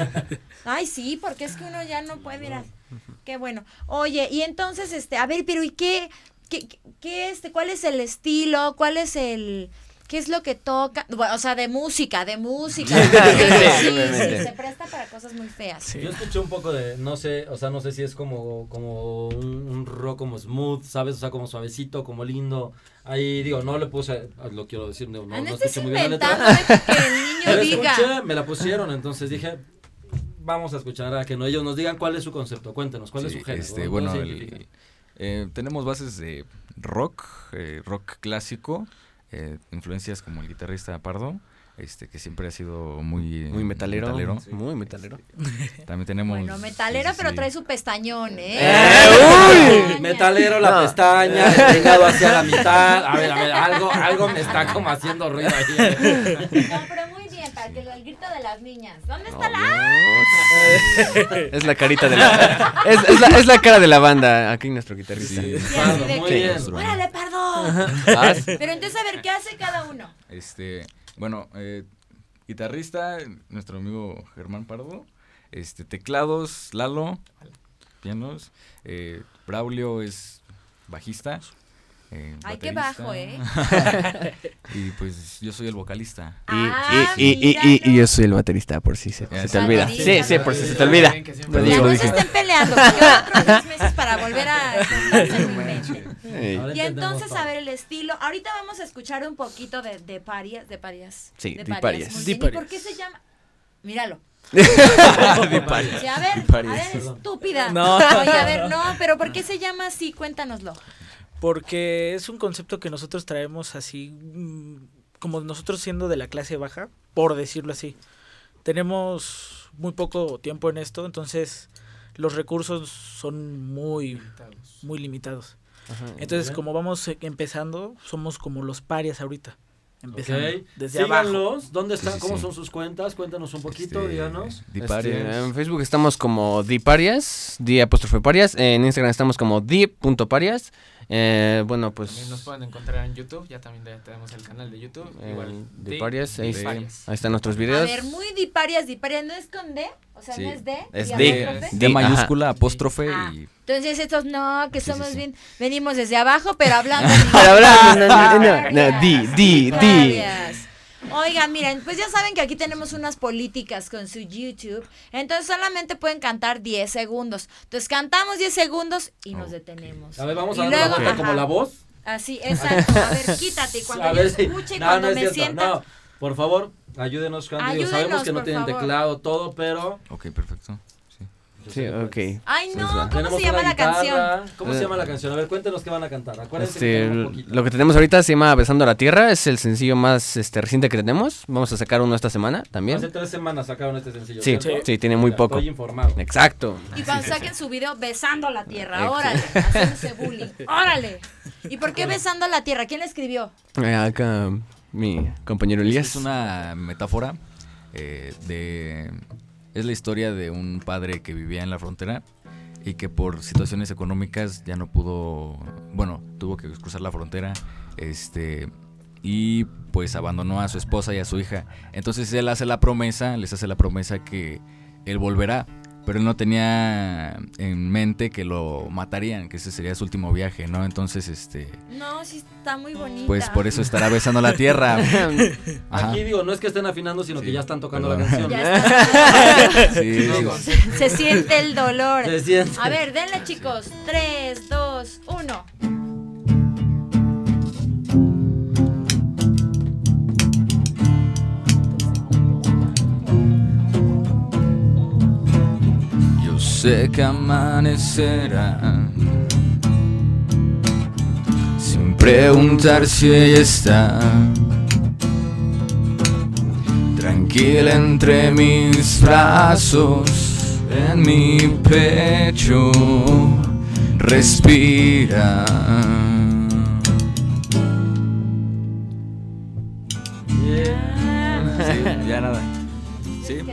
[SPEAKER 1] Ay, sí, porque es que uno ya no puede mirar. Qué bueno. Oye, y entonces, este, a ver, pero ¿y qué, qué, qué- qué, este, cuál es el estilo? ¿Cuál es el, qué es lo que toca? Bueno, o sea, de música, de música.
[SPEAKER 4] Sí,
[SPEAKER 1] Sí, sí,
[SPEAKER 4] obviamente.
[SPEAKER 1] sí, se presta para cosas muy feas.
[SPEAKER 3] Sí.
[SPEAKER 2] Yo escuché un poco de, no sé, o sea, no sé si es como, como un, un rock como smooth, ¿sabes? O sea, como suavecito, como lindo. Ahí, digo, no le puse, lo quiero decir, no, no,
[SPEAKER 1] Ah,
[SPEAKER 2] no
[SPEAKER 1] no estés
[SPEAKER 2] escuché muy bien la
[SPEAKER 1] inventando
[SPEAKER 2] letra.
[SPEAKER 1] deja ¿eh? que el niño
[SPEAKER 2] Pero
[SPEAKER 1] diga.
[SPEAKER 2] escuché, me la pusieron, entonces dije, vamos a escuchar a que no, ellos nos digan cuál es su concepto, cuéntenos, cuál es
[SPEAKER 6] Sí,
[SPEAKER 2] su género.
[SPEAKER 6] este,
[SPEAKER 2] ¿no?
[SPEAKER 6] bueno,
[SPEAKER 2] ¿Cómo se
[SPEAKER 6] el-
[SPEAKER 2] identifican?
[SPEAKER 6] eh, tenemos bases de rock, eh, rock clásico, eh, influencias como el guitarrista Pardo, este que siempre ha sido muy, eh,
[SPEAKER 4] Muy metalero. Muy metalero.
[SPEAKER 6] También tenemos
[SPEAKER 1] Bueno, metalero,
[SPEAKER 6] sí, sí,
[SPEAKER 1] pero
[SPEAKER 6] sí.
[SPEAKER 1] trae su pestañón, ¿eh?
[SPEAKER 4] ¡Eh,
[SPEAKER 1] Pestaña.
[SPEAKER 2] Metalero, la
[SPEAKER 4] No.
[SPEAKER 2] pestaña, el peinado hacia la mitad. A ver, a ver, algo, algo me está como haciendo ruido ahí.
[SPEAKER 1] No, pero muy bien, para que lo- el grito de las niñas. ¿Dónde está la?
[SPEAKER 4] Es la carita de la. Es, es la, es la cara de la banda. Aquí nuestro guitarrista.
[SPEAKER 6] Sí.
[SPEAKER 1] Y así
[SPEAKER 2] Pardo,
[SPEAKER 1] de
[SPEAKER 2] muy
[SPEAKER 1] que,
[SPEAKER 2] bien.
[SPEAKER 1] ¡Órale, pardo!
[SPEAKER 4] Ah, sí.
[SPEAKER 1] Pero entonces, a ver, ¿qué hace cada uno?
[SPEAKER 6] Este, bueno, eh, guitarrista, nuestro amigo Germán Pardo, este, teclados, Lalo, pianos, eh, Braulio es bajista. eh,
[SPEAKER 1] Ay, qué
[SPEAKER 6] baterista.
[SPEAKER 1] bajo, ¿eh?
[SPEAKER 6] Y pues yo soy el vocalista.
[SPEAKER 4] Y,
[SPEAKER 1] Ah,
[SPEAKER 4] y, y, y, y, y
[SPEAKER 1] mira,
[SPEAKER 4] yo soy el baterista, por si se,
[SPEAKER 6] Ya
[SPEAKER 4] se te
[SPEAKER 6] sabes.
[SPEAKER 4] olvida.
[SPEAKER 1] Lo
[SPEAKER 4] Sí,
[SPEAKER 1] dije.
[SPEAKER 4] sí, por si se te olvida. Lo
[SPEAKER 1] no.
[SPEAKER 4] digo,
[SPEAKER 1] Ya no
[SPEAKER 4] dije.
[SPEAKER 1] se estén peleando, que yo otros dos meses para volver a... hacer mi mente.
[SPEAKER 4] Ey.
[SPEAKER 2] Ahora
[SPEAKER 1] Y
[SPEAKER 2] entendemos
[SPEAKER 1] entonces,
[SPEAKER 2] todo.
[SPEAKER 1] a ver, el estilo. Ahorita vamos a escuchar un poquito de, de parias, de parias.
[SPEAKER 4] Sí,
[SPEAKER 1] de
[SPEAKER 4] de
[SPEAKER 1] parias.
[SPEAKER 4] parias.
[SPEAKER 1] muy
[SPEAKER 3] De
[SPEAKER 1] bien. ¿Y por
[SPEAKER 3] parias.
[SPEAKER 1] qué se llama? Míralo.
[SPEAKER 6] De París.
[SPEAKER 1] Sí, a ver, a
[SPEAKER 6] parias.
[SPEAKER 1] ver, estúpida.
[SPEAKER 3] No.
[SPEAKER 1] Oye, a ver, no, pero ¿por qué se llama así? Cuéntanoslo.
[SPEAKER 3] Porque es un concepto que nosotros traemos así, mm, como nosotros siendo de la clase baja, por decirlo así. Tenemos muy poco tiempo en esto, entonces los recursos son muy, muy limitados. Entonces, como vamos eh, empezando, somos como los parias ahorita. Empezando
[SPEAKER 2] Ok.
[SPEAKER 3] desde abajo.
[SPEAKER 2] Síganlos, ¿dónde están?
[SPEAKER 6] Sí, sí,
[SPEAKER 2] ¿Cómo
[SPEAKER 6] sí.
[SPEAKER 2] son sus cuentas? Cuéntanos un poquito,
[SPEAKER 6] Este,
[SPEAKER 2] díganos.
[SPEAKER 6] Di
[SPEAKER 4] Este,
[SPEAKER 6] París.
[SPEAKER 4] en Facebook estamos como Di Parias, Di apóstrofe Parias. En Instagram estamos como Di.parias. Eh, bueno,
[SPEAKER 5] También
[SPEAKER 4] pues.
[SPEAKER 5] nos pueden encontrar en YouTube, ya también ya tenemos el canal de YouTube.
[SPEAKER 4] eh, este,
[SPEAKER 5] igual.
[SPEAKER 4] Di Parias, ahí,
[SPEAKER 5] Di Parias.
[SPEAKER 4] ahí están nuestros
[SPEAKER 1] A
[SPEAKER 4] videos.
[SPEAKER 1] ver, muy diparias, diparias. ¿No es con D? O sea,
[SPEAKER 6] Sí,
[SPEAKER 1] ¿no es D?
[SPEAKER 4] es
[SPEAKER 1] ¿Y
[SPEAKER 4] D.
[SPEAKER 1] apóstrofe?
[SPEAKER 6] De
[SPEAKER 4] Di-
[SPEAKER 6] mayúscula, apóstrofe
[SPEAKER 1] Ah,
[SPEAKER 6] y
[SPEAKER 1] entonces estos no, que
[SPEAKER 6] Sí, sí,
[SPEAKER 1] somos
[SPEAKER 6] sí.
[SPEAKER 1] bien, venimos desde abajo, pero hablando. Ah,
[SPEAKER 4] Para hablar, no, no, no, no, no, di, di, di.
[SPEAKER 1] Varias. Oigan, miren, pues ya saben que aquí tenemos unas políticas con su YouTube. Entonces solamente pueden cantar 10 segundos. Entonces cantamos 10 segundos y nos
[SPEAKER 6] Ok.
[SPEAKER 1] detenemos.
[SPEAKER 2] A ver, vamos
[SPEAKER 1] Y
[SPEAKER 2] a dar la
[SPEAKER 1] luego,
[SPEAKER 2] vuelta
[SPEAKER 1] ajá.
[SPEAKER 2] como la voz.
[SPEAKER 1] Así, exacto. A ver, quítate. Cuando
[SPEAKER 2] A
[SPEAKER 1] yo
[SPEAKER 2] ver si-
[SPEAKER 1] escuche y
[SPEAKER 2] No,
[SPEAKER 1] cuando
[SPEAKER 2] no es
[SPEAKER 1] me
[SPEAKER 2] cierto,
[SPEAKER 1] sienta.
[SPEAKER 2] no. Por favor, ayúdenos, Candy. Digo,
[SPEAKER 1] Ayúdenos,
[SPEAKER 2] Sabemos que no
[SPEAKER 1] por
[SPEAKER 2] tienen
[SPEAKER 1] favor.
[SPEAKER 2] teclado, todo, pero.
[SPEAKER 6] Ok, perfecto. Sí.
[SPEAKER 4] Sí, ok.
[SPEAKER 1] Ay, no,
[SPEAKER 4] Pues va.
[SPEAKER 1] ¿cómo
[SPEAKER 2] Tenemos
[SPEAKER 1] se llama
[SPEAKER 2] una
[SPEAKER 1] la canción?
[SPEAKER 2] guitarra. ¿Cómo se llama la canción? A ver, cuéntenos qué van a cantar. Acuérdense que
[SPEAKER 4] Este,
[SPEAKER 2] tenemos poquito.
[SPEAKER 4] lo que tenemos ahorita se llama Besando la Tierra, es el sencillo más este, reciente que tenemos. Vamos a sacar uno esta semana
[SPEAKER 2] Hace
[SPEAKER 4] también.
[SPEAKER 2] tres semanas sacaron este sencillo.
[SPEAKER 4] Sí,
[SPEAKER 2] ¿cierto?
[SPEAKER 4] sí, tiene muy
[SPEAKER 2] Ya,
[SPEAKER 4] poco.
[SPEAKER 2] Estoy informado.
[SPEAKER 4] Exacto.
[SPEAKER 1] Y cuando saquen su video besando la tierra,
[SPEAKER 4] Exacto.
[SPEAKER 1] órale, haciéndose bullying, órale. ¿Y por qué besando la tierra? ¿Quién la escribió?
[SPEAKER 4] Eh, Acá mi compañero Elías.
[SPEAKER 6] Es una metáfora eh, de... Es la historia de un padre que vivía en la frontera y que por situaciones económicas ya no pudo... Bueno, tuvo que cruzar la frontera este y pues abandonó a su esposa y a su hija. Entonces él hace la promesa, les hace la promesa que él volverá, pero él no tenía en mente que lo matarían, que ese sería su último viaje, ¿no? Entonces, este...
[SPEAKER 1] No, sí está muy bonita.
[SPEAKER 6] Pues por eso estará besando la tierra. Ajá.
[SPEAKER 2] Aquí digo, no es que estén afinando, sino que
[SPEAKER 6] Sí,
[SPEAKER 2] ya están tocando la
[SPEAKER 6] perdón.
[SPEAKER 2] canción.
[SPEAKER 1] Ya está.
[SPEAKER 6] Sí, digo,
[SPEAKER 1] Se siente el dolor.
[SPEAKER 2] Se siente.
[SPEAKER 1] A ver, denle chicos. 3, 2, 1.
[SPEAKER 6] sé que amanecerá. Sin preguntar si ella está. Tranquila entre mis brazos, en mi pecho, respira. ya nada.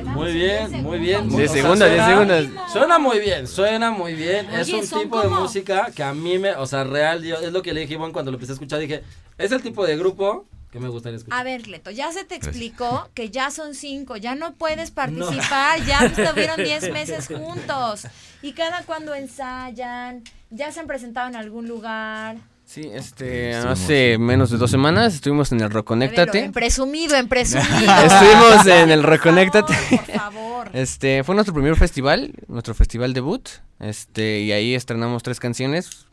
[SPEAKER 2] Muy bien, muy bien.
[SPEAKER 4] Diez
[SPEAKER 2] O sea,
[SPEAKER 4] segundos, diez
[SPEAKER 2] suena-
[SPEAKER 4] segundos.
[SPEAKER 2] Suena muy bien, suena muy bien. es
[SPEAKER 1] Oye,
[SPEAKER 2] un
[SPEAKER 1] son
[SPEAKER 2] tipo de
[SPEAKER 1] como-
[SPEAKER 2] música que a mí me, o sea, real, yo- es lo que le dije a Ivonne cuando lo empecé a escuchar. Dije, es el tipo de grupo que me gustaría escuchar.
[SPEAKER 1] A ver, Leto, ya se te explicó que ya son cinco, ya no puedes participar, ya estuvieron diez meses juntos. Y cada cuando ensayan, ya se han presentado en algún lugar.
[SPEAKER 4] Sí, este,
[SPEAKER 6] Estuvimos-
[SPEAKER 4] hace menos de dos semanas estuvimos en el
[SPEAKER 1] A ver,
[SPEAKER 4] Reconéctate.
[SPEAKER 1] En presumido, en presumido.
[SPEAKER 4] Estuvimos en el
[SPEAKER 1] Por
[SPEAKER 4] Reconéctate.
[SPEAKER 1] favor, Por favor.
[SPEAKER 4] Este, fue nuestro primer festival, nuestro festival debut. Este, y ahí estrenamos tres canciones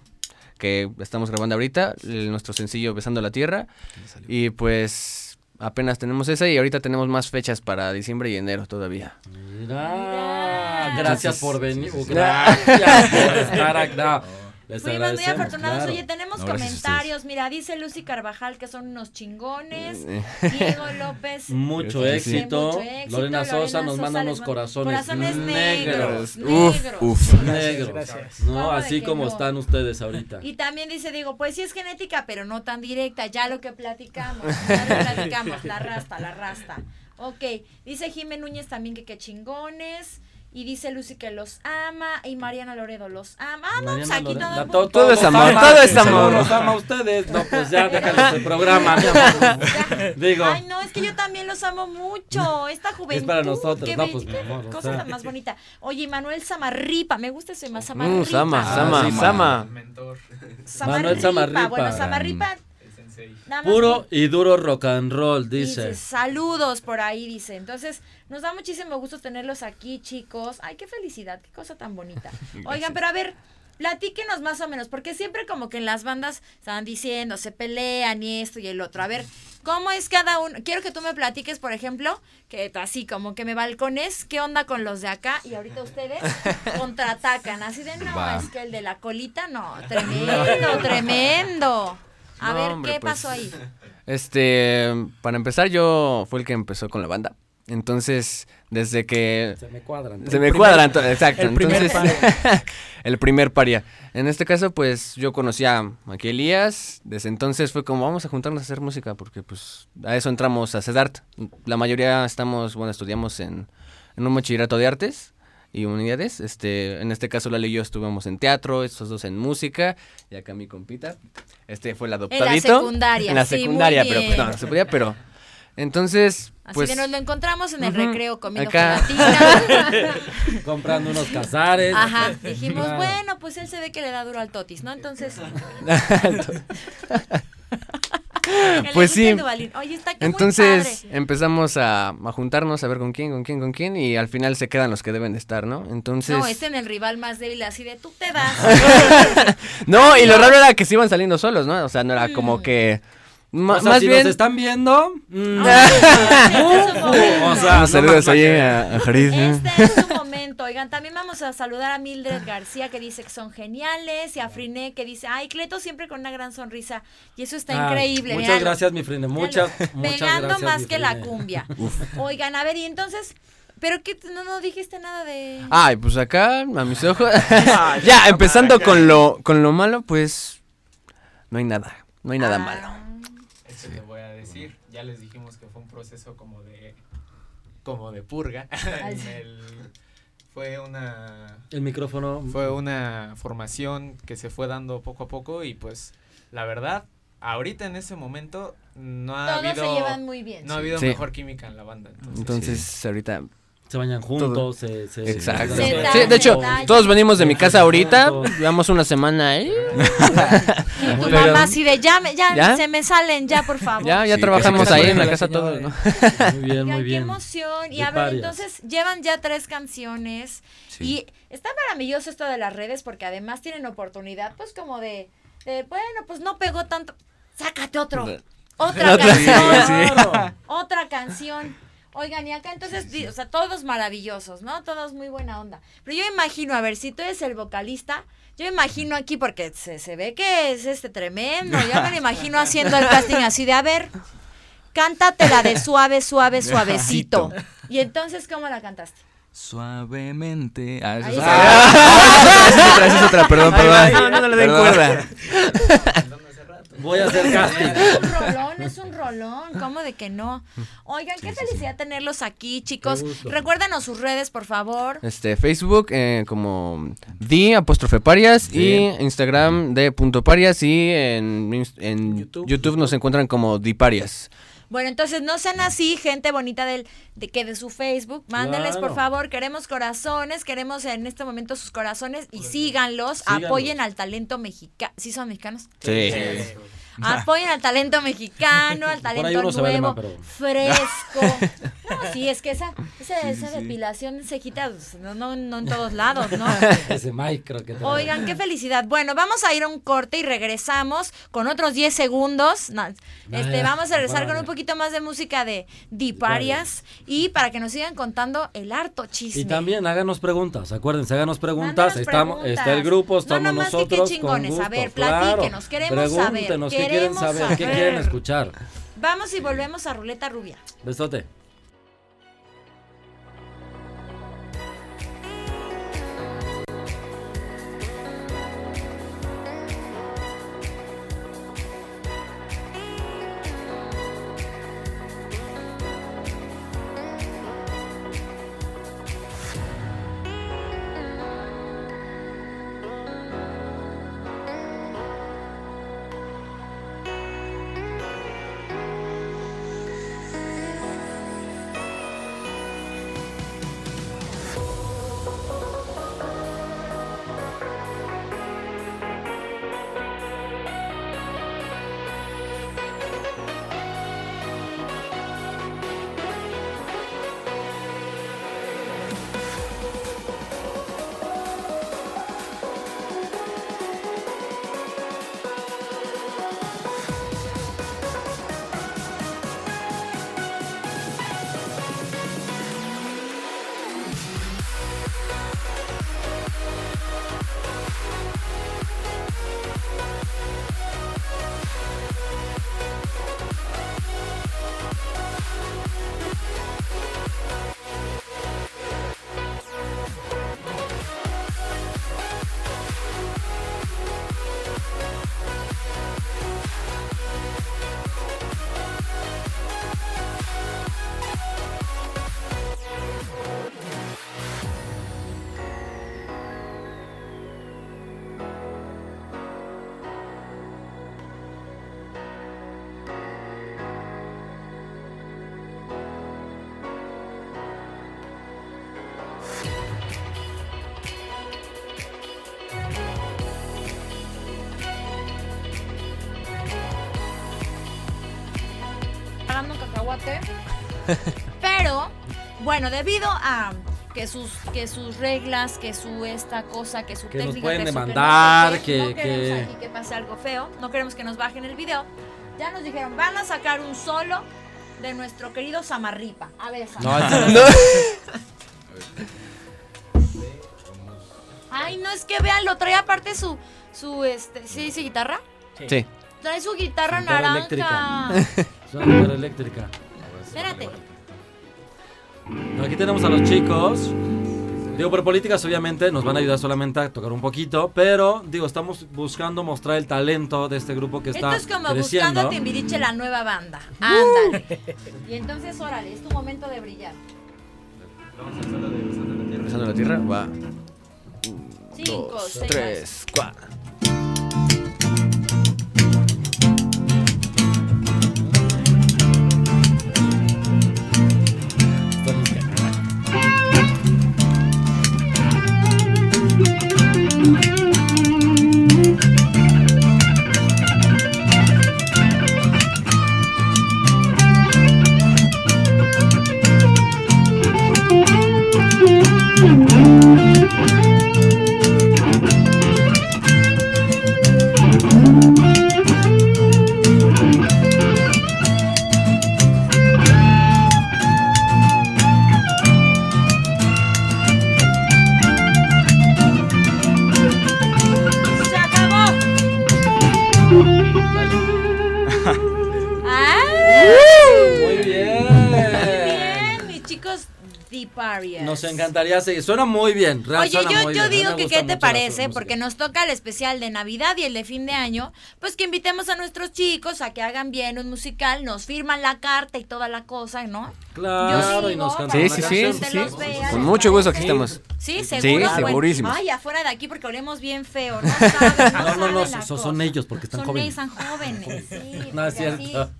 [SPEAKER 4] que estamos grabando ahorita, el- nuestro sencillo Besando la Tierra. Y pues apenas tenemos esa y ahorita tenemos más fechas para diciembre y enero todavía.
[SPEAKER 2] Mira,
[SPEAKER 1] Ah, Mira.
[SPEAKER 2] gracias
[SPEAKER 4] Entonces,
[SPEAKER 2] por venir.
[SPEAKER 6] sí, sí, sí.
[SPEAKER 2] Gracias por estar acá. Les
[SPEAKER 1] Fuimos muy
[SPEAKER 2] agradecemos,
[SPEAKER 1] afortunados.
[SPEAKER 2] claro.
[SPEAKER 1] Oye, tenemos
[SPEAKER 6] No, gracias a
[SPEAKER 1] comentarios. Mira, dice Lucy Carvajal que son unos chingones.
[SPEAKER 4] Eh,
[SPEAKER 1] Diego López.
[SPEAKER 2] Mucho
[SPEAKER 1] dice,
[SPEAKER 2] éxito.
[SPEAKER 1] mucho éxito.
[SPEAKER 2] Lorena Sosa nos manda
[SPEAKER 1] les
[SPEAKER 2] unos
[SPEAKER 1] ma-
[SPEAKER 2] corazones,
[SPEAKER 1] Corazones negros.
[SPEAKER 2] negros.
[SPEAKER 6] Uf,
[SPEAKER 1] negros.
[SPEAKER 6] uf.
[SPEAKER 2] Negros.
[SPEAKER 3] gracias.
[SPEAKER 2] No,
[SPEAKER 1] ¿Cómo de
[SPEAKER 2] así
[SPEAKER 1] que
[SPEAKER 2] como
[SPEAKER 1] no?
[SPEAKER 2] están ustedes ahorita.
[SPEAKER 1] Y también dice, digo, pues sí es genética, pero no tan directa, ya lo que platicamos, ya lo que platicamos, la rasta, la rasta. Ok, dice Jiménez Núñez también que qué chingones, y dice Lucy que los ama, y Mariana Loredo los ama. Ah, no, pues
[SPEAKER 2] Mariana
[SPEAKER 1] aquí
[SPEAKER 2] Lorena.
[SPEAKER 1] todo,
[SPEAKER 2] La-
[SPEAKER 1] el
[SPEAKER 2] to-
[SPEAKER 1] mundo-
[SPEAKER 4] todo es amor,
[SPEAKER 2] ama.
[SPEAKER 4] todo es
[SPEAKER 2] Solo
[SPEAKER 4] amor.
[SPEAKER 2] los ama a ustedes. No, pues ya, déjanos el programa, mi amor.
[SPEAKER 1] Ya.
[SPEAKER 2] Digo.
[SPEAKER 1] Ay, no, es que yo también los amo mucho, esta juventud.
[SPEAKER 2] Es para nosotros,
[SPEAKER 1] qué
[SPEAKER 2] no,
[SPEAKER 1] be-
[SPEAKER 2] pues, mi amor, o
[SPEAKER 1] Cosa
[SPEAKER 2] sea.
[SPEAKER 1] tan más bonita. Oye, y Manuel Samarripa, me gusta ese más Samarripa.
[SPEAKER 4] mm, Sama,
[SPEAKER 6] Ah,
[SPEAKER 4] Sama,
[SPEAKER 6] sí,
[SPEAKER 4] Sama.
[SPEAKER 5] Mentor,
[SPEAKER 2] Manuel Samarripa.
[SPEAKER 1] Bueno, Samarripa,
[SPEAKER 5] el sensei.
[SPEAKER 1] nada más
[SPEAKER 2] Puro y duro rock and roll,
[SPEAKER 1] Dice.
[SPEAKER 2] dice.
[SPEAKER 1] saludos por ahí, dice. Entonces, nos da muchísimo gusto tenerlos aquí, chicos. Ay, qué felicidad, qué cosa tan bonita. Oigan, pero a ver, platíquenos más o menos, porque siempre como que en las bandas están diciendo, se pelean y esto y el otro. A ver, ¿cómo es cada uno? Quiero que tú me platiques, por ejemplo, que así como que me balcones, ¿qué onda con los de acá? Y ahorita ustedes contraatacan, así de, no,
[SPEAKER 6] Va.
[SPEAKER 1] es que el de la colita, no, tremendo, tremendo. A
[SPEAKER 4] No,
[SPEAKER 1] ver,
[SPEAKER 4] hombre,
[SPEAKER 1] ¿qué
[SPEAKER 4] pues.
[SPEAKER 1] pasó ahí?
[SPEAKER 4] Este, para empezar yo fue el que empezó con la banda. Entonces, desde que
[SPEAKER 2] Se me cuadran.
[SPEAKER 4] Se me
[SPEAKER 3] primer-
[SPEAKER 4] cuadran, to- exacto.
[SPEAKER 3] el primer
[SPEAKER 4] entonces, el primer paria. En este caso, pues yo conocí a Maki Elías. Desde entonces fue como, vamos a juntarnos a hacer música, porque pues a eso entramos a CEDART. La mayoría estamos, bueno, estudiamos en, en un bachillerato de artes y humanidades. Este, en este caso, Lalo y yo estuvimos en teatro, estos dos en música, y acá mi compita. Este fue el adoptadito.
[SPEAKER 1] secundaria,
[SPEAKER 4] En la
[SPEAKER 1] sí, muy
[SPEAKER 4] secundaria, pero pues,
[SPEAKER 1] bien.
[SPEAKER 4] no, no se podía, pero. Entonces,
[SPEAKER 1] Así
[SPEAKER 4] pues.
[SPEAKER 1] que nos lo encontramos en el
[SPEAKER 4] ujú,
[SPEAKER 1] recreo comiendo
[SPEAKER 4] acá.
[SPEAKER 1] gelatina.
[SPEAKER 2] Comprando unos cazares.
[SPEAKER 1] Ajá, dijimos,
[SPEAKER 2] Claro.
[SPEAKER 1] bueno, pues él se ve que le da duro al totis, ¿no? Entonces, que le
[SPEAKER 4] Pues
[SPEAKER 1] guste
[SPEAKER 4] sí.
[SPEAKER 1] el Duvalín. Oye, está que
[SPEAKER 4] Entonces
[SPEAKER 1] muy padre.
[SPEAKER 4] empezamos a, a juntarnos, a ver con quién, con quién, con quién, y al final se quedan los que deben de estar, ¿no? Entonces.
[SPEAKER 1] No, este en el rival más débil, así de tú te vas.
[SPEAKER 4] No, y lo raro era que se iban saliendo solos, ¿no? O sea, no era
[SPEAKER 1] Mm.
[SPEAKER 4] como que. ma-
[SPEAKER 2] O sea,
[SPEAKER 4] más
[SPEAKER 2] si
[SPEAKER 4] bien.
[SPEAKER 2] nos están viendo. mm,
[SPEAKER 1] este o
[SPEAKER 2] o sea,
[SPEAKER 4] Unos
[SPEAKER 2] no
[SPEAKER 4] Ah, saludos
[SPEAKER 2] más-
[SPEAKER 4] ahí a, a Jarid, ¿eh?
[SPEAKER 1] Este es su momento. Oigan, también vamos a saludar a Mildred García, que dice que son geniales, y a Friné, que dice, ay, Cleto siempre con una gran sonrisa. Y eso está
[SPEAKER 2] Ay,
[SPEAKER 1] increíble.
[SPEAKER 2] Ah, Muchas
[SPEAKER 1] véanlo.
[SPEAKER 2] gracias, mi friend. Muchas, muchas
[SPEAKER 1] Pegando
[SPEAKER 2] gracias,
[SPEAKER 1] más
[SPEAKER 2] mi
[SPEAKER 1] que la
[SPEAKER 2] friend.
[SPEAKER 1] cumbia. Oigan, a ver, y entonces, ¿pero qué? No, no dijiste nada de...
[SPEAKER 4] Ay, pues acá, a mis ojos. ya, empezando con lo, con lo malo, pues. No hay nada. No hay nada
[SPEAKER 1] Ah,
[SPEAKER 4] malo.
[SPEAKER 5] Eso este te voy a decir. Ya les dijimos que fue un proceso como de como de purga.
[SPEAKER 1] Ay,
[SPEAKER 5] En
[SPEAKER 1] sí.
[SPEAKER 5] el- fue una
[SPEAKER 2] El micrófono.
[SPEAKER 5] fue una formación que se fue dando poco a poco y pues la verdad ahorita en ese momento no ha
[SPEAKER 1] Todos
[SPEAKER 5] habido
[SPEAKER 1] se llevan muy bien.
[SPEAKER 5] no ha habido
[SPEAKER 4] Sí.
[SPEAKER 5] mejor química en la banda. Entonces,
[SPEAKER 4] Entonces, ahorita.
[SPEAKER 2] Se bañan juntos. Se, se-
[SPEAKER 4] Exacto.
[SPEAKER 1] Se
[SPEAKER 4] Sí,
[SPEAKER 1] dan
[SPEAKER 4] de hecho,
[SPEAKER 1] detalles.
[SPEAKER 4] todos venimos de mi casa ahorita. Llevamos una semana ahí.
[SPEAKER 1] Y tu
[SPEAKER 2] Muy
[SPEAKER 4] Pero-
[SPEAKER 1] mamá así de, ya, me- ya,
[SPEAKER 4] ¿Ya?
[SPEAKER 1] se me salen, ya, por favor.
[SPEAKER 4] Ya, ya
[SPEAKER 6] Sí,
[SPEAKER 4] trabajamos
[SPEAKER 6] casi,
[SPEAKER 4] pues ahí
[SPEAKER 6] casi
[SPEAKER 4] en la
[SPEAKER 6] la
[SPEAKER 4] casa
[SPEAKER 2] señora,
[SPEAKER 4] todos, ¿no?
[SPEAKER 2] Muy bien,
[SPEAKER 1] Oigan,
[SPEAKER 2] muy
[SPEAKER 1] qué
[SPEAKER 2] bien.
[SPEAKER 1] emoción. Y
[SPEAKER 2] De
[SPEAKER 1] a ver,
[SPEAKER 2] varias.
[SPEAKER 1] entonces, llevan ya tres canciones.
[SPEAKER 6] Sí.
[SPEAKER 1] Y está maravilloso esto de las redes porque además tienen oportunidad, pues, como de, de, bueno, pues no pegó tanto. Sácate otro. Otra
[SPEAKER 4] Otra,
[SPEAKER 1] canción.
[SPEAKER 4] sí, sí.
[SPEAKER 1] Otra canción. Oigan, y acá entonces, di- o sea, todos maravillosos, ¿no? Todos muy buena onda. Pero yo imagino, a ver, si tú eres el vocalista, yo imagino aquí, porque se, se ve que es este tremendo, ya me lo imagino haciendo el casting así de, a ver, cántatela de suave, suave, suavecito. Y entonces, ¿cómo la cantaste?
[SPEAKER 6] Suavemente. Ah, esa
[SPEAKER 1] Ahí
[SPEAKER 6] es otra.
[SPEAKER 1] está.
[SPEAKER 6] Ah, esa es otra, esa es otra, perdón,
[SPEAKER 3] Ahí
[SPEAKER 6] perdón.
[SPEAKER 3] va, no, no le den
[SPEAKER 6] Perdón.
[SPEAKER 3] cuerda.
[SPEAKER 2] Voy a hacer casting.
[SPEAKER 1] Es un rolón, es un rolón, ¿cómo de que no? Oigan, qué felicidad tenerlos aquí, chicos.
[SPEAKER 2] Qué gusto.
[SPEAKER 1] Recuérdanos sus redes, por favor.
[SPEAKER 4] Este, Facebook eh, como di apóstrofe parias
[SPEAKER 6] Sí.
[SPEAKER 4] y Instagram de punto parias y en, ins- en
[SPEAKER 3] YouTube.
[SPEAKER 4] YouTube, nos encuentran como di parias.
[SPEAKER 1] Bueno, entonces no sean así, gente bonita del, de que de su Facebook. Mándenles, por
[SPEAKER 2] Claro.
[SPEAKER 1] favor, queremos corazones, queremos en este momento sus corazones y síganlos,
[SPEAKER 2] Síganlos.
[SPEAKER 1] apoyen al talento mexicano. ¿Sí son mexicanos?
[SPEAKER 4] Sí.
[SPEAKER 1] Apoyen al talento mexicano, al
[SPEAKER 2] ahí
[SPEAKER 1] talento
[SPEAKER 2] uno se vale
[SPEAKER 1] nuevo,
[SPEAKER 2] más, pero-
[SPEAKER 1] fresco. No, sí, es que esa, esa, esa
[SPEAKER 6] sí, sí.
[SPEAKER 1] depilación de cejita, pues, no, no, no en todos lados, ¿no?
[SPEAKER 2] Ese micro que trae.
[SPEAKER 1] Oigan, qué felicidad. Bueno, vamos a ir a un corte y regresamos con otros 10 segundos. No, este,
[SPEAKER 2] Vaya,
[SPEAKER 1] vamos a regresar con
[SPEAKER 2] vaya.
[SPEAKER 1] un poquito más de música de Diparias y para que nos sigan contando el harto chisme.
[SPEAKER 2] Y también háganos preguntas, acuérdense, háganos preguntas,
[SPEAKER 1] Mándanos
[SPEAKER 2] estamos,
[SPEAKER 1] preguntas.
[SPEAKER 2] está el grupo,
[SPEAKER 1] No,
[SPEAKER 2] estamos
[SPEAKER 1] nomás que qué
[SPEAKER 2] nosotros.
[SPEAKER 1] chingones,
[SPEAKER 2] con
[SPEAKER 1] a ver,
[SPEAKER 2] gusto, claro.
[SPEAKER 1] platíquenos, queremos saber,
[SPEAKER 2] Pregúntenos qué quieren
[SPEAKER 1] queremos
[SPEAKER 2] saber, qué
[SPEAKER 1] saber.
[SPEAKER 2] quieren escuchar.
[SPEAKER 1] Vamos y volvemos a Ruleta Rubia.
[SPEAKER 2] Besote.
[SPEAKER 1] Pagando un cacahuate. Pero, bueno, debido a que sus, que sus reglas, que su esta cosa, que su
[SPEAKER 2] Que nos
[SPEAKER 1] técnica,
[SPEAKER 2] pueden
[SPEAKER 1] que su que no sé
[SPEAKER 2] demandar,
[SPEAKER 1] qué, no
[SPEAKER 2] que-
[SPEAKER 1] queremos
[SPEAKER 2] que-
[SPEAKER 1] aquí que pase algo feo, no queremos que nos bajen el video. Ya nos dijeron, van a sacar un solo de nuestro querido Samarripa. A ver,
[SPEAKER 2] No,
[SPEAKER 1] Samarripa.
[SPEAKER 2] ese-
[SPEAKER 1] Ay, no es que vean, lo trae aparte su su este, sí dice guitarra.
[SPEAKER 4] Sí.
[SPEAKER 1] Trae su guitarra
[SPEAKER 2] Guitarra
[SPEAKER 1] naranja.
[SPEAKER 2] es una guitarra eléctrica.
[SPEAKER 1] Espérate.
[SPEAKER 2] Aquí tenemos a los chicos. Digo, por políticas obviamente nos van a ayudar solamente a tocar un poquito, pero digo, estamos buscando mostrar el talento de este grupo que
[SPEAKER 1] Esto
[SPEAKER 2] está
[SPEAKER 1] es como
[SPEAKER 2] creciendo. Uh.
[SPEAKER 1] buscando a Timbiriche la nueva banda. Ándale. Y entonces, órale, es tu momento de brillar.
[SPEAKER 4] Regresando a la tierra, va.
[SPEAKER 1] Cinco,
[SPEAKER 4] Dos,
[SPEAKER 1] seis.
[SPEAKER 4] tres, cuatro.
[SPEAKER 7] Thank
[SPEAKER 1] Steve Arias.
[SPEAKER 2] Nos encantaría seguir. Suena muy bien. real,
[SPEAKER 1] Oye,
[SPEAKER 2] suena
[SPEAKER 1] yo, yo
[SPEAKER 2] muy bien. A mí
[SPEAKER 1] digo
[SPEAKER 2] me
[SPEAKER 1] que
[SPEAKER 2] gusta
[SPEAKER 1] qué te
[SPEAKER 2] mucho la
[SPEAKER 1] parece,
[SPEAKER 2] música.
[SPEAKER 1] porque nos toca el especial de Navidad y el de fin de año, pues que invitemos a nuestros chicos a que hagan bien un musical, nos firman la carta y toda la cosa, ¿no?
[SPEAKER 2] Claro,
[SPEAKER 1] Yo
[SPEAKER 2] y
[SPEAKER 1] digo,
[SPEAKER 2] nos cantan
[SPEAKER 4] Sí,
[SPEAKER 2] una
[SPEAKER 4] sí, sí,
[SPEAKER 2] canción.
[SPEAKER 4] sí,
[SPEAKER 1] Te
[SPEAKER 4] sí.
[SPEAKER 1] los vea,
[SPEAKER 4] Con
[SPEAKER 1] ¿les
[SPEAKER 4] mucho gusto aquí
[SPEAKER 1] parece?
[SPEAKER 4] estamos.
[SPEAKER 1] Sí,
[SPEAKER 4] Sí,
[SPEAKER 1] seguro. Ah, bueno.
[SPEAKER 4] segurísimos.
[SPEAKER 1] Ay, afuera de aquí porque olemos bien feo, ¿no? saben,
[SPEAKER 2] Ah, No, no, no,
[SPEAKER 1] saben la
[SPEAKER 2] so-
[SPEAKER 1] cosa.
[SPEAKER 2] son ellos porque están
[SPEAKER 1] son
[SPEAKER 2] jóvenes.
[SPEAKER 1] ellos, son jóvenes. Sí,
[SPEAKER 2] No es
[SPEAKER 1] porque así-
[SPEAKER 2] cierto.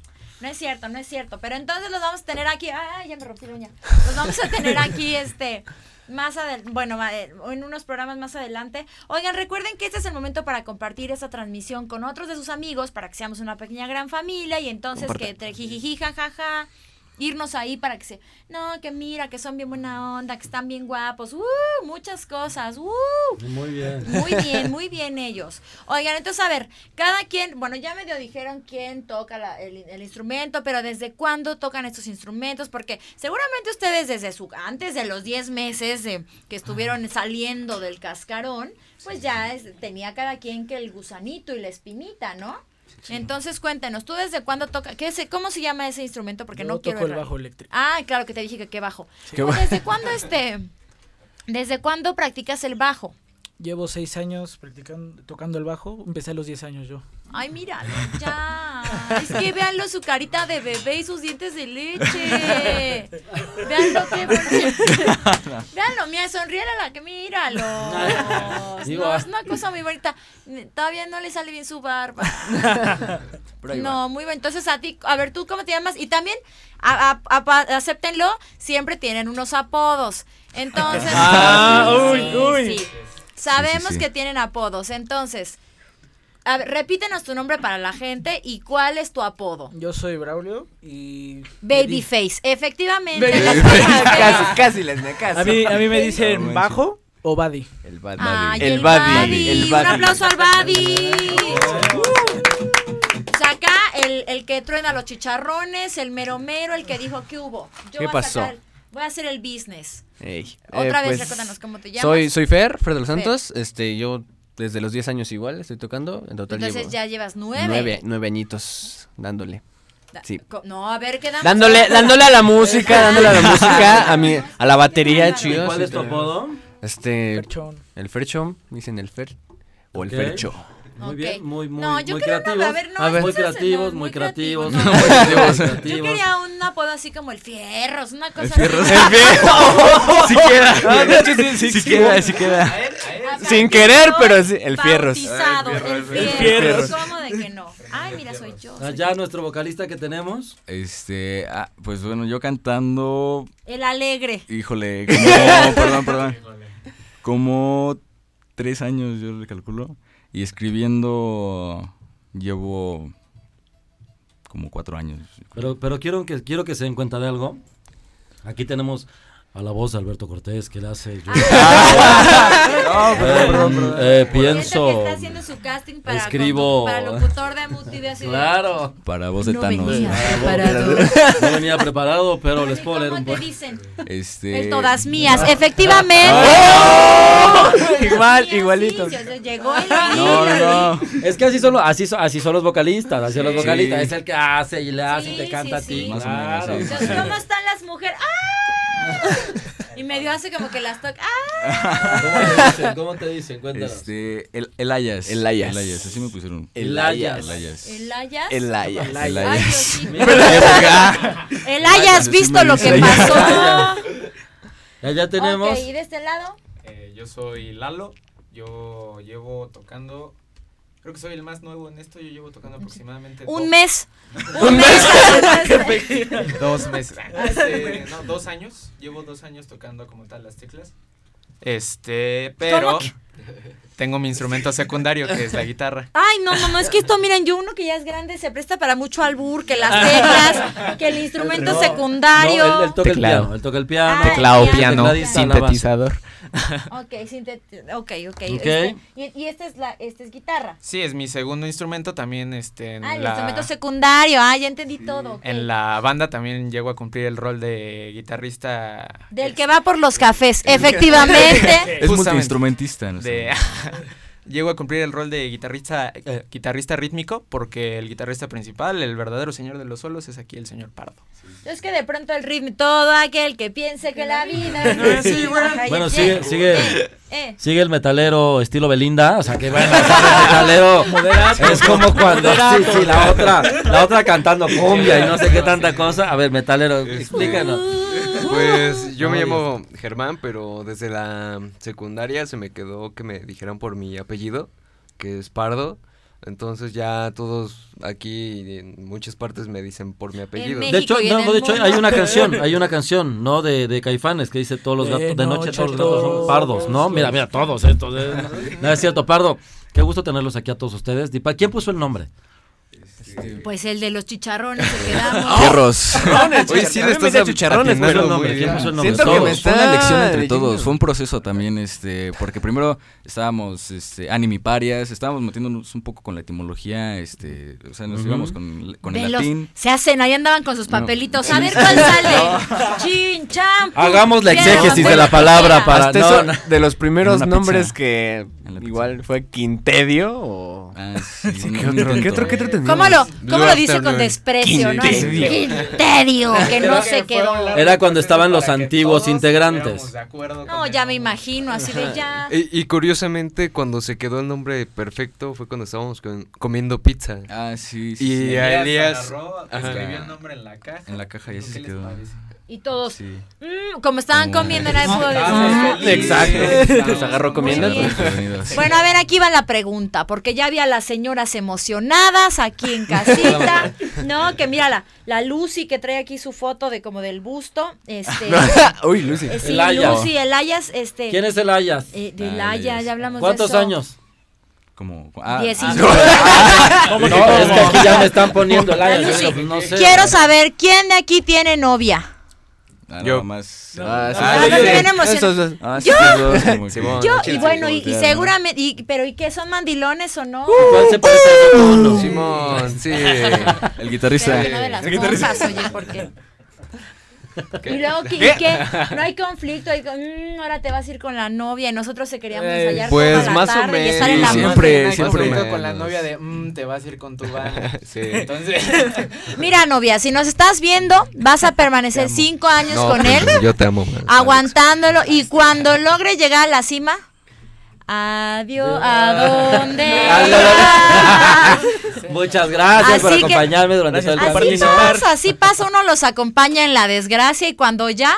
[SPEAKER 1] No es cierto, no es cierto. Pero entonces los vamos a tener aquí. Ay, ya me rompí la uña. Los vamos a tener aquí, este. Más adelante, bueno, ma- eh, en unos programas más adelante. Oigan, recuerden que este es el momento para compartir esta transmisión con otros de sus amigos para que seamos una pequeña gran familia y entonces
[SPEAKER 4] Comparte.
[SPEAKER 1] que entre jijiji, jajaja, irnos ahí para que se. No, que mira, que son bien buena onda, que están bien guapos, ¡uh! Muchas cosas, ¡uh!
[SPEAKER 2] Muy bien.
[SPEAKER 1] Muy bien, muy bien ellos. Oigan, entonces, a ver, cada quien, bueno, ya medio dijeron quién toca la- el, el instrumento, pero ¿desde cuándo tocan estos instrumentos? Porque seguramente ustedes desde su, antes de los 10 meses de- que estuvieron saliendo del cascarón, pues ya es- tenía cada quien que el gusanito y la espinita, ¿no? Entonces, cuéntenos, ¿tú desde cuándo toca? Qué se, ¿Cómo se llama ese instrumento? Porque
[SPEAKER 3] Yo
[SPEAKER 1] no quiero
[SPEAKER 3] toco el
[SPEAKER 1] errar.
[SPEAKER 3] bajo eléctrico.
[SPEAKER 1] Ah, claro que te dije que qué bajo.
[SPEAKER 4] Qué
[SPEAKER 1] Pues,
[SPEAKER 4] ba-
[SPEAKER 1] ¿Desde cuándo este, desde cuándo practicas el bajo?
[SPEAKER 3] Llevo seis años practicando, tocando el bajo. Empecé a los 10 años yo.
[SPEAKER 1] Ay, míralo, ya. Es que véanlo su carita de bebé y sus dientes de leche. Véanlo que Véanlo, mira, sonríe a la que míralo.
[SPEAKER 2] Digo,
[SPEAKER 1] No, es una cosa muy bonita. Todavía no le sale bien su barba.
[SPEAKER 4] Pero ahí va.
[SPEAKER 1] No, muy bien. Entonces, a ti, a ver, tú, ¿cómo te llamas? Y también, a- a- a- pa- acéptenlo, siempre tienen unos apodos. Entonces,
[SPEAKER 3] Ah,
[SPEAKER 1] sí,
[SPEAKER 3] uy,
[SPEAKER 1] sí,
[SPEAKER 3] uy.
[SPEAKER 1] sí. sabemos
[SPEAKER 6] sí.
[SPEAKER 1] que tienen apodos. Entonces, a ver, repítenos tu nombre para la gente y cuál es tu apodo.
[SPEAKER 3] Yo soy Braulio y...
[SPEAKER 1] Babyface, efectivamente. Ah,
[SPEAKER 4] casi, casi les me caso.
[SPEAKER 3] A mí, a mí me
[SPEAKER 6] No
[SPEAKER 3] dicen
[SPEAKER 6] manches.
[SPEAKER 3] bajo o badi.
[SPEAKER 6] El Bad
[SPEAKER 1] Ay,
[SPEAKER 6] Bunny.
[SPEAKER 1] el,
[SPEAKER 4] El
[SPEAKER 1] Buddy.
[SPEAKER 4] Buddy, el
[SPEAKER 1] Un
[SPEAKER 4] Buddy.
[SPEAKER 1] aplauso al Buddy. O sea, acá el, el que truena los chicharrones, el mero mero, el que dijo que hubo. Yo
[SPEAKER 4] ¿Qué
[SPEAKER 1] voy
[SPEAKER 4] pasó?
[SPEAKER 1] A sacar- voy a hacer el business.
[SPEAKER 4] Ey. eh, pues,
[SPEAKER 1] Otra vez, recuérdanos cómo te llamas.
[SPEAKER 4] Soy, soy Fer, Fer de los Santos. Este, yo desde los 10 años igual estoy tocando. En total
[SPEAKER 1] Entonces
[SPEAKER 4] llevo
[SPEAKER 1] ya llevas nueve.
[SPEAKER 4] nueve, nueve añitos dándole.
[SPEAKER 1] Da-
[SPEAKER 4] sí.
[SPEAKER 1] co- No, a ver, quedamos.
[SPEAKER 4] Dándole, dándole a la música, dándole a la música, a mi, a la batería,
[SPEAKER 2] ¿Y
[SPEAKER 4] chido.
[SPEAKER 2] ¿Cuál
[SPEAKER 4] sí,
[SPEAKER 2] es tu
[SPEAKER 4] también.
[SPEAKER 2] apodo?
[SPEAKER 4] Este,
[SPEAKER 3] Perchón.
[SPEAKER 4] el Fercho, dicen el Fer, o el
[SPEAKER 2] Ok.
[SPEAKER 4] Fercho.
[SPEAKER 2] Muy
[SPEAKER 1] Ok.
[SPEAKER 2] bien, muy, muy,
[SPEAKER 1] No, yo
[SPEAKER 2] muy
[SPEAKER 1] creo no,
[SPEAKER 2] creativos.
[SPEAKER 1] a ver, no,
[SPEAKER 4] A ver.
[SPEAKER 2] muy
[SPEAKER 1] eso se- no,
[SPEAKER 2] creativos,
[SPEAKER 1] muy
[SPEAKER 2] muy creativos,
[SPEAKER 1] creativo,
[SPEAKER 2] muy creativos, muy
[SPEAKER 1] Yo
[SPEAKER 2] creativos.
[SPEAKER 1] quería un apodo así como el Fierros, una cosa así.
[SPEAKER 4] Si
[SPEAKER 2] Ah,
[SPEAKER 4] queda. Si queda, si queda.
[SPEAKER 1] Acá,
[SPEAKER 4] Sin
[SPEAKER 1] yo
[SPEAKER 4] querer,
[SPEAKER 1] soy
[SPEAKER 4] pero sí, el Fierros.
[SPEAKER 1] bautizado, el Fierros.
[SPEAKER 3] Fierros.
[SPEAKER 1] ¿Cómo de que no? Ay, mira, soy yo. soy
[SPEAKER 2] Allá Ah, nuestro vocalista que tenemos.
[SPEAKER 6] Este, ah, pues bueno, yo cantando,
[SPEAKER 1] El alegre.
[SPEAKER 6] híjole, como, perdón, perdón, como tres años yo le calculo y escribiendo llevo como cuatro años.
[SPEAKER 2] Pero, pero quiero, que, quiero que se den cuenta de algo. Aquí tenemos a la voz de Alberto Cortés que le hace. yo-
[SPEAKER 1] Ah,
[SPEAKER 6] No,
[SPEAKER 2] Eh, eh, pienso.
[SPEAKER 1] Ahorita que está haciendo su casting para,
[SPEAKER 2] escribo-
[SPEAKER 1] condu- para locutor de multimedia. así de-
[SPEAKER 2] Claro.
[SPEAKER 6] Para voz de
[SPEAKER 1] No
[SPEAKER 6] Thanos.
[SPEAKER 1] venía
[SPEAKER 2] preparado. No venía preparado, pero les
[SPEAKER 1] ¿Y
[SPEAKER 2] puedo leer
[SPEAKER 1] ¿Cómo
[SPEAKER 2] un Ah.
[SPEAKER 1] te
[SPEAKER 2] poco.
[SPEAKER 1] dicen?
[SPEAKER 6] Este,
[SPEAKER 1] El todas mías, efectivamente.
[SPEAKER 2] Ah.
[SPEAKER 4] Igual,
[SPEAKER 1] Mías,
[SPEAKER 4] igualito.
[SPEAKER 1] sí, o sea, llegó el
[SPEAKER 6] No, no, no.
[SPEAKER 2] Es que así son, los- así, son- así son los vocalistas, así son los
[SPEAKER 6] Sí.
[SPEAKER 2] vocalistas. Es el que hace y le hace
[SPEAKER 1] Sí,
[SPEAKER 2] y te canta
[SPEAKER 1] sí,
[SPEAKER 2] a ti.
[SPEAKER 1] sí.
[SPEAKER 6] Más o menos,
[SPEAKER 2] claro.
[SPEAKER 6] sí.
[SPEAKER 1] Entonces, ¿Cómo están las mujeres? ¡Ah! Y medio hace como que las toca. ¡Ah!
[SPEAKER 2] ¿Cómo te dicen? ¿Cómo te dicen? Cuéntanos.
[SPEAKER 6] Este, el, el Ayas.
[SPEAKER 4] El Ayas.
[SPEAKER 6] El así me pusieron.
[SPEAKER 2] El
[SPEAKER 6] El Ayas.
[SPEAKER 1] El Ayas.
[SPEAKER 4] El Ayas.
[SPEAKER 6] El
[SPEAKER 1] Ay,
[SPEAKER 6] Ayas.
[SPEAKER 1] Diosito.
[SPEAKER 4] Época.
[SPEAKER 1] El Ayas,
[SPEAKER 6] sí
[SPEAKER 1] visto
[SPEAKER 6] me
[SPEAKER 1] lo
[SPEAKER 6] dice.
[SPEAKER 1] que pasó.
[SPEAKER 2] Allá tenemos.
[SPEAKER 1] Ok, ¿y de este lado?
[SPEAKER 5] Eh, yo soy Lalo, yo llevo tocando, creo que soy el más nuevo en esto, yo llevo tocando aproximadamente
[SPEAKER 1] Un
[SPEAKER 5] do-
[SPEAKER 1] mes. Un mes.
[SPEAKER 5] dos meses,
[SPEAKER 1] Ah,
[SPEAKER 5] Hace- no, dos años, llevo dos años tocando como tal las teclas, este, pero tengo mi instrumento secundario que es la guitarra.
[SPEAKER 1] Ay, no, no, no, es que esto, miren, yo uno que ya es grande se presta para mucho albur, que las teclas, que el instrumento
[SPEAKER 2] No,
[SPEAKER 1] secundario.
[SPEAKER 2] No, él, él toca
[SPEAKER 5] Teclado.
[SPEAKER 2] el piano. Él toca el piano.
[SPEAKER 1] Ah, Teclado,
[SPEAKER 2] piano, Tecladista, sintetizador.
[SPEAKER 1] Ok, sintet- ok, ok.
[SPEAKER 2] Ok.
[SPEAKER 1] este, y, y esta es la, esta es guitarra.
[SPEAKER 5] Sí, es mi segundo instrumento también, este, en
[SPEAKER 1] Ah, el
[SPEAKER 5] la...
[SPEAKER 1] instrumento secundario, ah, ya entendí todo. ok.
[SPEAKER 5] En la banda también llego a cumplir el rol de guitarrista.
[SPEAKER 1] Del que va por los cafés, efectivamente.
[SPEAKER 6] Es
[SPEAKER 5] Justamente.
[SPEAKER 6] multiinstrumentista. no sé.
[SPEAKER 5] De, llego a cumplir el rol de guitarrista, eh, guitarrista rítmico porque el guitarrista principal, el verdadero señor de los solos, es aquí el señor Pardo.
[SPEAKER 1] Es que de pronto el ritmo, todo aquel que piense que la vida...
[SPEAKER 3] No es igual.
[SPEAKER 1] Ajá, y
[SPEAKER 2] Bueno,
[SPEAKER 1] eh,
[SPEAKER 2] sigue, sigue.
[SPEAKER 1] eh.
[SPEAKER 2] Sigue el metalero estilo Belinda, o sea que bueno, o sea, el metalero es como cuando sí, sí, la otra, la otra cantando cumbia y no sé qué tanta cosa. A ver, metalero, explícanos.
[SPEAKER 7] Pues yo me
[SPEAKER 2] Ay,
[SPEAKER 7] llamo Germán, pero desde la secundaria se me quedó que me dijeran por mi apellido, que es Pardo. Entonces ya todos aquí en muchas partes me dicen por mi apellido.
[SPEAKER 1] México
[SPEAKER 2] De hecho,
[SPEAKER 1] y en
[SPEAKER 2] no,
[SPEAKER 1] el
[SPEAKER 2] no, de hecho
[SPEAKER 1] mundo.
[SPEAKER 2] hay una canción, hay una canción, ¿no? De, de Caifanes que dice todos los
[SPEAKER 3] De
[SPEAKER 2] gatos, de noche
[SPEAKER 3] noche
[SPEAKER 2] todos los gatos son
[SPEAKER 3] todos
[SPEAKER 2] pardos, ¿no? Mira, mira, todos estos. eh. No es cierto, pardo. Qué gusto tenerlos aquí a todos ustedes. Dipa, ¿Quién puso el nombre?
[SPEAKER 1] Pues el de los chicharrones se
[SPEAKER 2] Ah.
[SPEAKER 6] Oh.
[SPEAKER 1] quedamos.
[SPEAKER 6] Perros.
[SPEAKER 7] Oye, sí
[SPEAKER 5] A
[SPEAKER 7] le
[SPEAKER 5] mí me
[SPEAKER 7] estás
[SPEAKER 5] decía chicharrones,
[SPEAKER 7] atinando
[SPEAKER 2] pero no,
[SPEAKER 7] muy
[SPEAKER 2] hombre,
[SPEAKER 7] bien.
[SPEAKER 2] ¿quién puso el nombre?
[SPEAKER 7] Siento que me
[SPEAKER 2] Todos.
[SPEAKER 7] está
[SPEAKER 6] Fue una elección entre
[SPEAKER 7] leyendo.
[SPEAKER 6] todos, fue un proceso también, este, porque primero estábamos este, animiparias, estábamos metiéndonos un poco con la etimología, este, o sea, nos
[SPEAKER 2] Ujú.
[SPEAKER 6] íbamos con, con
[SPEAKER 1] De
[SPEAKER 6] el
[SPEAKER 1] los-
[SPEAKER 6] latín.
[SPEAKER 1] se hacen, ahí andaban con sus
[SPEAKER 6] No.
[SPEAKER 1] papelitos. A ver cuál sale. Chin, champ.
[SPEAKER 2] Hagamos la
[SPEAKER 1] Piedra,
[SPEAKER 2] exégesis de la
[SPEAKER 1] papel,
[SPEAKER 2] palabra
[SPEAKER 1] tijera.
[SPEAKER 2] para
[SPEAKER 4] Hasta
[SPEAKER 2] no,
[SPEAKER 4] eso,
[SPEAKER 2] no.
[SPEAKER 4] de los primeros
[SPEAKER 6] En una
[SPEAKER 4] nombres
[SPEAKER 6] pizza.
[SPEAKER 4] que
[SPEAKER 6] En la pizza.
[SPEAKER 4] igual fue Quintedio o...
[SPEAKER 6] Ah, sí, un-
[SPEAKER 4] ¿Qué
[SPEAKER 6] un
[SPEAKER 4] otro, qué
[SPEAKER 6] intento.
[SPEAKER 4] otro, qué otro teníamos?
[SPEAKER 1] ¿Cómo lo, cómo lo
[SPEAKER 7] Blue
[SPEAKER 1] dice con
[SPEAKER 7] afternoon.
[SPEAKER 1] desprecio, no?
[SPEAKER 4] Quintedio.
[SPEAKER 1] Quintedio, que no se quedó.
[SPEAKER 2] Era cuando estaban los
[SPEAKER 5] Para que
[SPEAKER 2] antiguos
[SPEAKER 5] todos
[SPEAKER 2] integrantes.
[SPEAKER 5] estuviéramos de acuerdo
[SPEAKER 1] No,
[SPEAKER 5] con
[SPEAKER 1] ya
[SPEAKER 5] el
[SPEAKER 1] me
[SPEAKER 5] nombre.
[SPEAKER 1] imagino, así de ya.
[SPEAKER 7] Y, y curiosamente, cuando se quedó el nombre perfecto fue cuando estábamos con- comiendo pizza.
[SPEAKER 6] Ah, sí, sí.
[SPEAKER 7] Y
[SPEAKER 6] sí.
[SPEAKER 7] a
[SPEAKER 5] Elías
[SPEAKER 7] Elías.
[SPEAKER 5] agarró,
[SPEAKER 7] Ajá.
[SPEAKER 5] escribió el nombre en la caja.
[SPEAKER 6] En la caja y así
[SPEAKER 5] ¿Qué
[SPEAKER 6] se
[SPEAKER 5] les
[SPEAKER 6] quedó.
[SPEAKER 5] parece?
[SPEAKER 1] Y todos,
[SPEAKER 6] Sí.
[SPEAKER 1] mm, como estaban comiendo, era de fútbol.
[SPEAKER 5] Estábamos
[SPEAKER 1] Mm.
[SPEAKER 5] felices,
[SPEAKER 7] Exacto.
[SPEAKER 5] estábamos
[SPEAKER 4] Se agarró
[SPEAKER 5] muy
[SPEAKER 4] comiendo.
[SPEAKER 5] bien.
[SPEAKER 6] Bienvenidos.
[SPEAKER 1] Bueno, a ver, aquí va la pregunta, porque ya había las señoras emocionadas aquí en casita, ¿no? Que mira la, la Lucy que trae aquí su foto de como del busto, este,
[SPEAKER 4] Uy, Lucy.
[SPEAKER 1] eh, sí,
[SPEAKER 2] El Ayas.
[SPEAKER 1] Lucy, el Ayas, este,
[SPEAKER 2] ¿Quién es el Ayas?
[SPEAKER 1] eh, del
[SPEAKER 6] Ah,
[SPEAKER 1] Ayas,
[SPEAKER 6] Ayas.
[SPEAKER 1] ya hablamos de
[SPEAKER 2] ¿Cuántos
[SPEAKER 1] eso.
[SPEAKER 2] años?
[SPEAKER 6] Como, ah,
[SPEAKER 1] Diecinueve.
[SPEAKER 2] No, es que aquí ya me están poniendo el
[SPEAKER 1] La
[SPEAKER 2] Ayas.
[SPEAKER 1] Lucy.
[SPEAKER 2] yo digo, no sé.
[SPEAKER 1] Quiero saber quién de aquí tiene novia.
[SPEAKER 6] ah, no,
[SPEAKER 7] Yo.
[SPEAKER 6] más.
[SPEAKER 4] Ah, sí,
[SPEAKER 1] Ah,
[SPEAKER 4] sí,
[SPEAKER 1] no,
[SPEAKER 4] sí.
[SPEAKER 1] me viene emocionado.
[SPEAKER 4] Esos dos.
[SPEAKER 6] Ah, sí,
[SPEAKER 1] Yo-
[SPEAKER 6] los dos, como que-
[SPEAKER 7] Simón.
[SPEAKER 1] Yo,
[SPEAKER 7] Sí,
[SPEAKER 1] y
[SPEAKER 7] sí,
[SPEAKER 1] bueno, y, y
[SPEAKER 7] voltearon.
[SPEAKER 1] seguramente, y- pero ¿y qué son mandilones o no?
[SPEAKER 7] Uh,
[SPEAKER 2] ¿Cuál se parece a uno?
[SPEAKER 7] Simón, sí.
[SPEAKER 6] El guitarrista.
[SPEAKER 1] Pero que no de las cosas, oye, porque. Y luego, ¿qué, y qué? No hay conflicto. hay co- mm, ahora te vas a ir con la novia. Y nosotros se queríamos
[SPEAKER 3] Eh,
[SPEAKER 1] ensayar
[SPEAKER 7] pues,
[SPEAKER 1] toda la
[SPEAKER 7] más o
[SPEAKER 1] tarde y estar
[SPEAKER 7] menos.
[SPEAKER 1] en la
[SPEAKER 4] Sí,
[SPEAKER 1] noche.
[SPEAKER 4] siempre,
[SPEAKER 5] Más
[SPEAKER 4] siempre.
[SPEAKER 5] bonito con la
[SPEAKER 7] menos.
[SPEAKER 5] novia de, "Mm, te vas a ir con tu banda.
[SPEAKER 7] Sí.
[SPEAKER 5] Entonces,
[SPEAKER 1] Mira, novia, si nos estás viendo, vas a permanecer cinco años
[SPEAKER 7] No, pues,
[SPEAKER 1] con él,
[SPEAKER 7] Yo te amo. man.
[SPEAKER 1] aguantándolo. Y cuando logre llegar a la cima. Adiós, ¿a dónde?
[SPEAKER 2] Ah, no,
[SPEAKER 1] vas?
[SPEAKER 2] Muchas gracias por
[SPEAKER 1] Así que-
[SPEAKER 2] acompañarme durante todo el
[SPEAKER 3] Gracias por
[SPEAKER 1] Así
[SPEAKER 2] camino.
[SPEAKER 3] participar.
[SPEAKER 1] pasa, así pasa, uno los acompaña en la desgracia y cuando ya,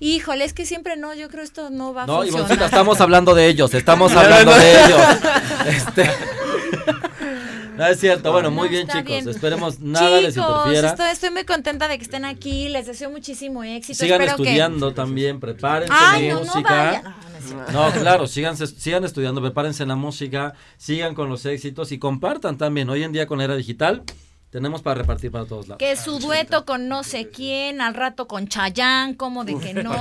[SPEAKER 1] híjole, es que siempre no, yo creo esto no va a
[SPEAKER 2] No,
[SPEAKER 1] funcionar.
[SPEAKER 2] Ivoncita, estamos hablando de ellos, estamos hablando de ellos. Este... No es cierto, bueno, muy
[SPEAKER 1] No,
[SPEAKER 2] bien
[SPEAKER 1] está
[SPEAKER 2] chicos, esperemos nada les
[SPEAKER 1] Chicos,
[SPEAKER 2] interfiera.
[SPEAKER 1] Estoy, estoy muy contenta de que estén aquí, les deseo muchísimo éxito.
[SPEAKER 2] Sigan
[SPEAKER 1] espero
[SPEAKER 2] estudiando también, prepárense
[SPEAKER 1] Que... Ay,
[SPEAKER 2] en la
[SPEAKER 1] no, no
[SPEAKER 2] música.
[SPEAKER 1] vayan. No, Ah, no es cierto.
[SPEAKER 2] No, claro, sigan, sigan estudiando, prepárense en la música, sigan con los éxitos y compartan también. Hoy en día con la era digital tenemos para repartir para todos lados.
[SPEAKER 1] Que su dueto con no sé quién, al rato con Chayán, como de que no.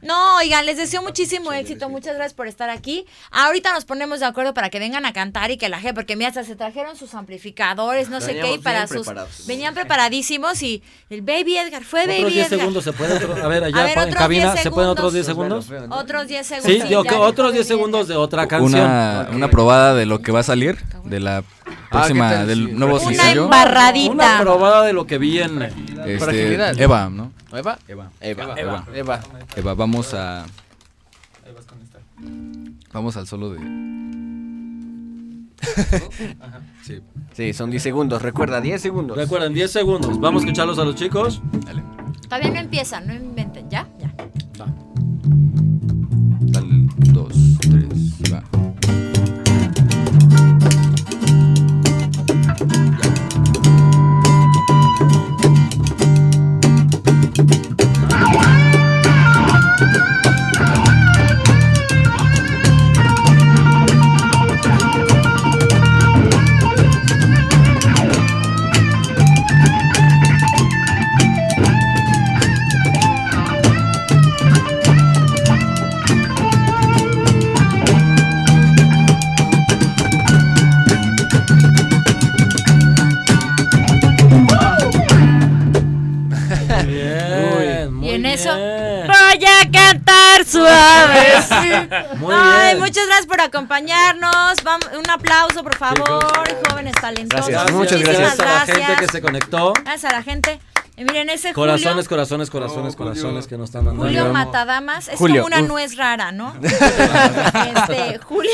[SPEAKER 1] No, oigan, les deseo muchísimo éxito, muchas gracias por estar aquí. Ahorita nos ponemos de acuerdo para que vengan a cantar y que la gente, porque mira, hasta se trajeron sus amplificadores, no sé qué, y
[SPEAKER 4] Veníamos
[SPEAKER 1] para
[SPEAKER 4] bien
[SPEAKER 1] sus...
[SPEAKER 4] preparados.
[SPEAKER 1] Venían preparadísimos y el Baby Edgar, fue
[SPEAKER 2] Otros
[SPEAKER 1] Baby
[SPEAKER 2] 10
[SPEAKER 1] Edgar.
[SPEAKER 2] segundos se pueden, otro- a ver, allá
[SPEAKER 1] A ver,
[SPEAKER 2] pa- en
[SPEAKER 1] otros
[SPEAKER 2] cabina,
[SPEAKER 1] 10
[SPEAKER 2] ¿se pueden otros
[SPEAKER 1] segundos.
[SPEAKER 2] 10 segundos?
[SPEAKER 1] Otros 10 segundos.
[SPEAKER 2] Sí, yo-
[SPEAKER 1] ya
[SPEAKER 2] que
[SPEAKER 1] dijo
[SPEAKER 2] otros
[SPEAKER 1] Baby
[SPEAKER 2] 10
[SPEAKER 1] Edgar.
[SPEAKER 2] segundos de otra canción.
[SPEAKER 6] Una, una probada de lo que va a salir, de la próxima,
[SPEAKER 4] Ah, tal?
[SPEAKER 6] del
[SPEAKER 4] Sí.
[SPEAKER 6] nuevo Este,
[SPEAKER 4] Una
[SPEAKER 1] Una
[SPEAKER 6] sencillo.
[SPEAKER 1] embarradita.
[SPEAKER 2] Una probada de lo que viene.
[SPEAKER 4] Fragilidad.
[SPEAKER 6] Este, Eva, ¿no?
[SPEAKER 4] ¿Eva?
[SPEAKER 6] Eva.
[SPEAKER 4] Eva.
[SPEAKER 6] Eva.
[SPEAKER 4] Eva.
[SPEAKER 6] Eva, vamos a,
[SPEAKER 5] ahí vas con esta.
[SPEAKER 6] vamos al solo de... Sí,
[SPEAKER 4] Sí, son 10 segundos. Recuerda, 10 segundos.
[SPEAKER 2] Recuerden, 10 segundos. Vamos a escucharlos a los chicos.
[SPEAKER 6] dale.
[SPEAKER 1] Todavía no empiezan, no inventen, ¿ya? Ya.
[SPEAKER 6] Dale, dos, tres, va.
[SPEAKER 2] Muy bien, muy
[SPEAKER 1] Y en eso,
[SPEAKER 2] bien.
[SPEAKER 1] ¡Vaya cantar suave.
[SPEAKER 2] Muy
[SPEAKER 1] Ay,
[SPEAKER 2] bien.
[SPEAKER 1] muchas gracias por acompañarnos. Vamos, un aplauso, por favor, jóvenes talentosos.
[SPEAKER 2] Gracias, muchas
[SPEAKER 1] Muchísimas
[SPEAKER 2] gracias. a la gente
[SPEAKER 1] gracias.
[SPEAKER 2] que se conectó.
[SPEAKER 1] Gracias a la gente. Y miren, ese
[SPEAKER 2] Corazones,
[SPEAKER 1] Julio,
[SPEAKER 2] corazones, corazones,
[SPEAKER 7] Oh, Julio.
[SPEAKER 2] corazones que nos están mandando.
[SPEAKER 1] Julio
[SPEAKER 2] Yo amo.
[SPEAKER 1] Matadamas, es
[SPEAKER 4] Julio,
[SPEAKER 1] como una
[SPEAKER 4] uf.
[SPEAKER 1] nuez rara, ¿no? Este, Julio,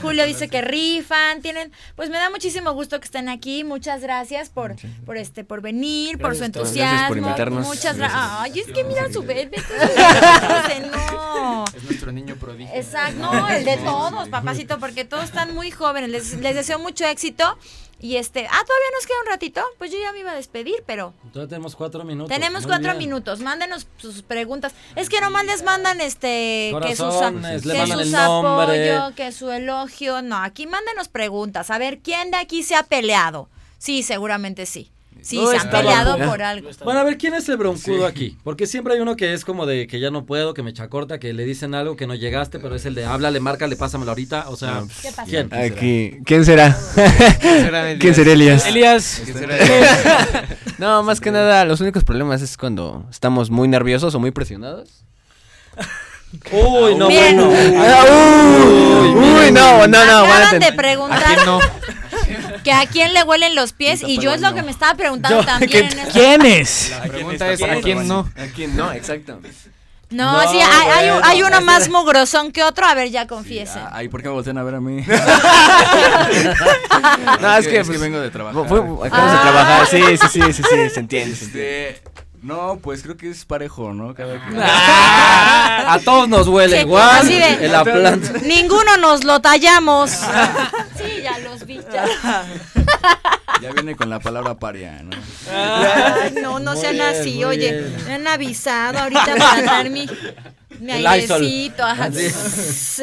[SPEAKER 1] Julio dice que rifan, tienen, pues me da muchísimo gusto que estén aquí, muchas gracias por, por este, por venir, por su
[SPEAKER 3] Gracias a
[SPEAKER 4] ustedes.
[SPEAKER 1] entusiasmo.
[SPEAKER 4] Gracias por invitarnos.
[SPEAKER 1] Muchas gracias.
[SPEAKER 4] Gracias.
[SPEAKER 1] Ay, es que mira su bebé, entonces, no.
[SPEAKER 5] Es nuestro niño prodigio.
[SPEAKER 1] Exacto, no, el de todos, papacito, porque todos están muy jóvenes. Les, les deseo mucho éxito. Y este, ah, todavía nos queda un ratito. Pues yo ya me iba a despedir, pero
[SPEAKER 2] Entonces tenemos cuatro minutos.
[SPEAKER 1] tenemos
[SPEAKER 2] pues, Muy
[SPEAKER 1] cuatro
[SPEAKER 2] bien.
[SPEAKER 1] minutos. Mándenos sus preguntas. Es que nomás les mandan este que sus, a-
[SPEAKER 2] Corazones, le
[SPEAKER 1] que
[SPEAKER 2] mandan
[SPEAKER 1] sus
[SPEAKER 2] el nombre.
[SPEAKER 1] apoyo, que su elogio. No, aquí mándenos preguntas. A ver, ¿quién de aquí se ha peleado? Sí, seguramente sí. Sí,
[SPEAKER 2] No
[SPEAKER 1] se han
[SPEAKER 2] estaba
[SPEAKER 1] peleado
[SPEAKER 2] buena.
[SPEAKER 1] por algo.
[SPEAKER 2] Bueno, a ver, ¿quién es el broncudo aquí? Porque siempre hay uno que es como de que ya no puedo, que me chacorta, que le dicen algo que no llegaste, pero es el de háblale, márcale, pásamelo ahorita. O sea,
[SPEAKER 1] ¿Qué pasó?
[SPEAKER 2] ¿quién?
[SPEAKER 4] Aquí. ¿Quién será?
[SPEAKER 7] será Elías?
[SPEAKER 4] ¿Quién será Elías?
[SPEAKER 3] Elías,
[SPEAKER 7] ¿Quién será Elías?
[SPEAKER 4] No, más que nada, los únicos problemas es cuando estamos muy nerviosos o muy presionados.
[SPEAKER 2] Uy, no,
[SPEAKER 1] Miren.
[SPEAKER 2] bueno.
[SPEAKER 4] ah, uh, uy, no, no, no. van a
[SPEAKER 1] Acaban de
[SPEAKER 4] tener-
[SPEAKER 1] preguntar que a quién le huelen los pies y yo es lo que me estaba preguntando también.
[SPEAKER 4] ¿qué-
[SPEAKER 1] en este-
[SPEAKER 3] ¿quién es?
[SPEAKER 5] La pregunta es, ¿a quién no?
[SPEAKER 4] ¿A quién no? Exacto.
[SPEAKER 1] No,
[SPEAKER 2] No,
[SPEAKER 1] sí, hay, hay, un-
[SPEAKER 2] bueno,
[SPEAKER 1] hay uno
[SPEAKER 2] pues,
[SPEAKER 1] más mugrosón que otro. A ver, ya confiesen.
[SPEAKER 6] Ah,
[SPEAKER 2] ah,
[SPEAKER 6] Ay, ¿por qué me voltean a ver a mí?
[SPEAKER 4] No, es que,
[SPEAKER 6] es que
[SPEAKER 4] pues,
[SPEAKER 6] vengo de trabajar.
[SPEAKER 4] Fu- fu- Acabamos de
[SPEAKER 1] Ah.
[SPEAKER 4] trabajar. Sí, sí, sí, sí, sí, se entiende. se entiende.
[SPEAKER 6] Este, no, pues creo que es parejo, ¿no? Cada quien.
[SPEAKER 2] A todos nos huele
[SPEAKER 1] Sí,
[SPEAKER 2] igual.
[SPEAKER 1] así de-
[SPEAKER 2] En la planta.
[SPEAKER 1] Ninguno nos lo tallamos. sí, ya los vi. ya.
[SPEAKER 6] Ya viene con la palabra paria, ¿no?
[SPEAKER 1] Ay, no, no
[SPEAKER 2] Muy
[SPEAKER 1] sean
[SPEAKER 2] bien,
[SPEAKER 1] así.
[SPEAKER 2] muy
[SPEAKER 1] Oye,
[SPEAKER 2] bien.
[SPEAKER 1] me han avisado ahorita para dar mi, mi
[SPEAKER 2] El Lysol.
[SPEAKER 1] airecito ajá,
[SPEAKER 2] Así.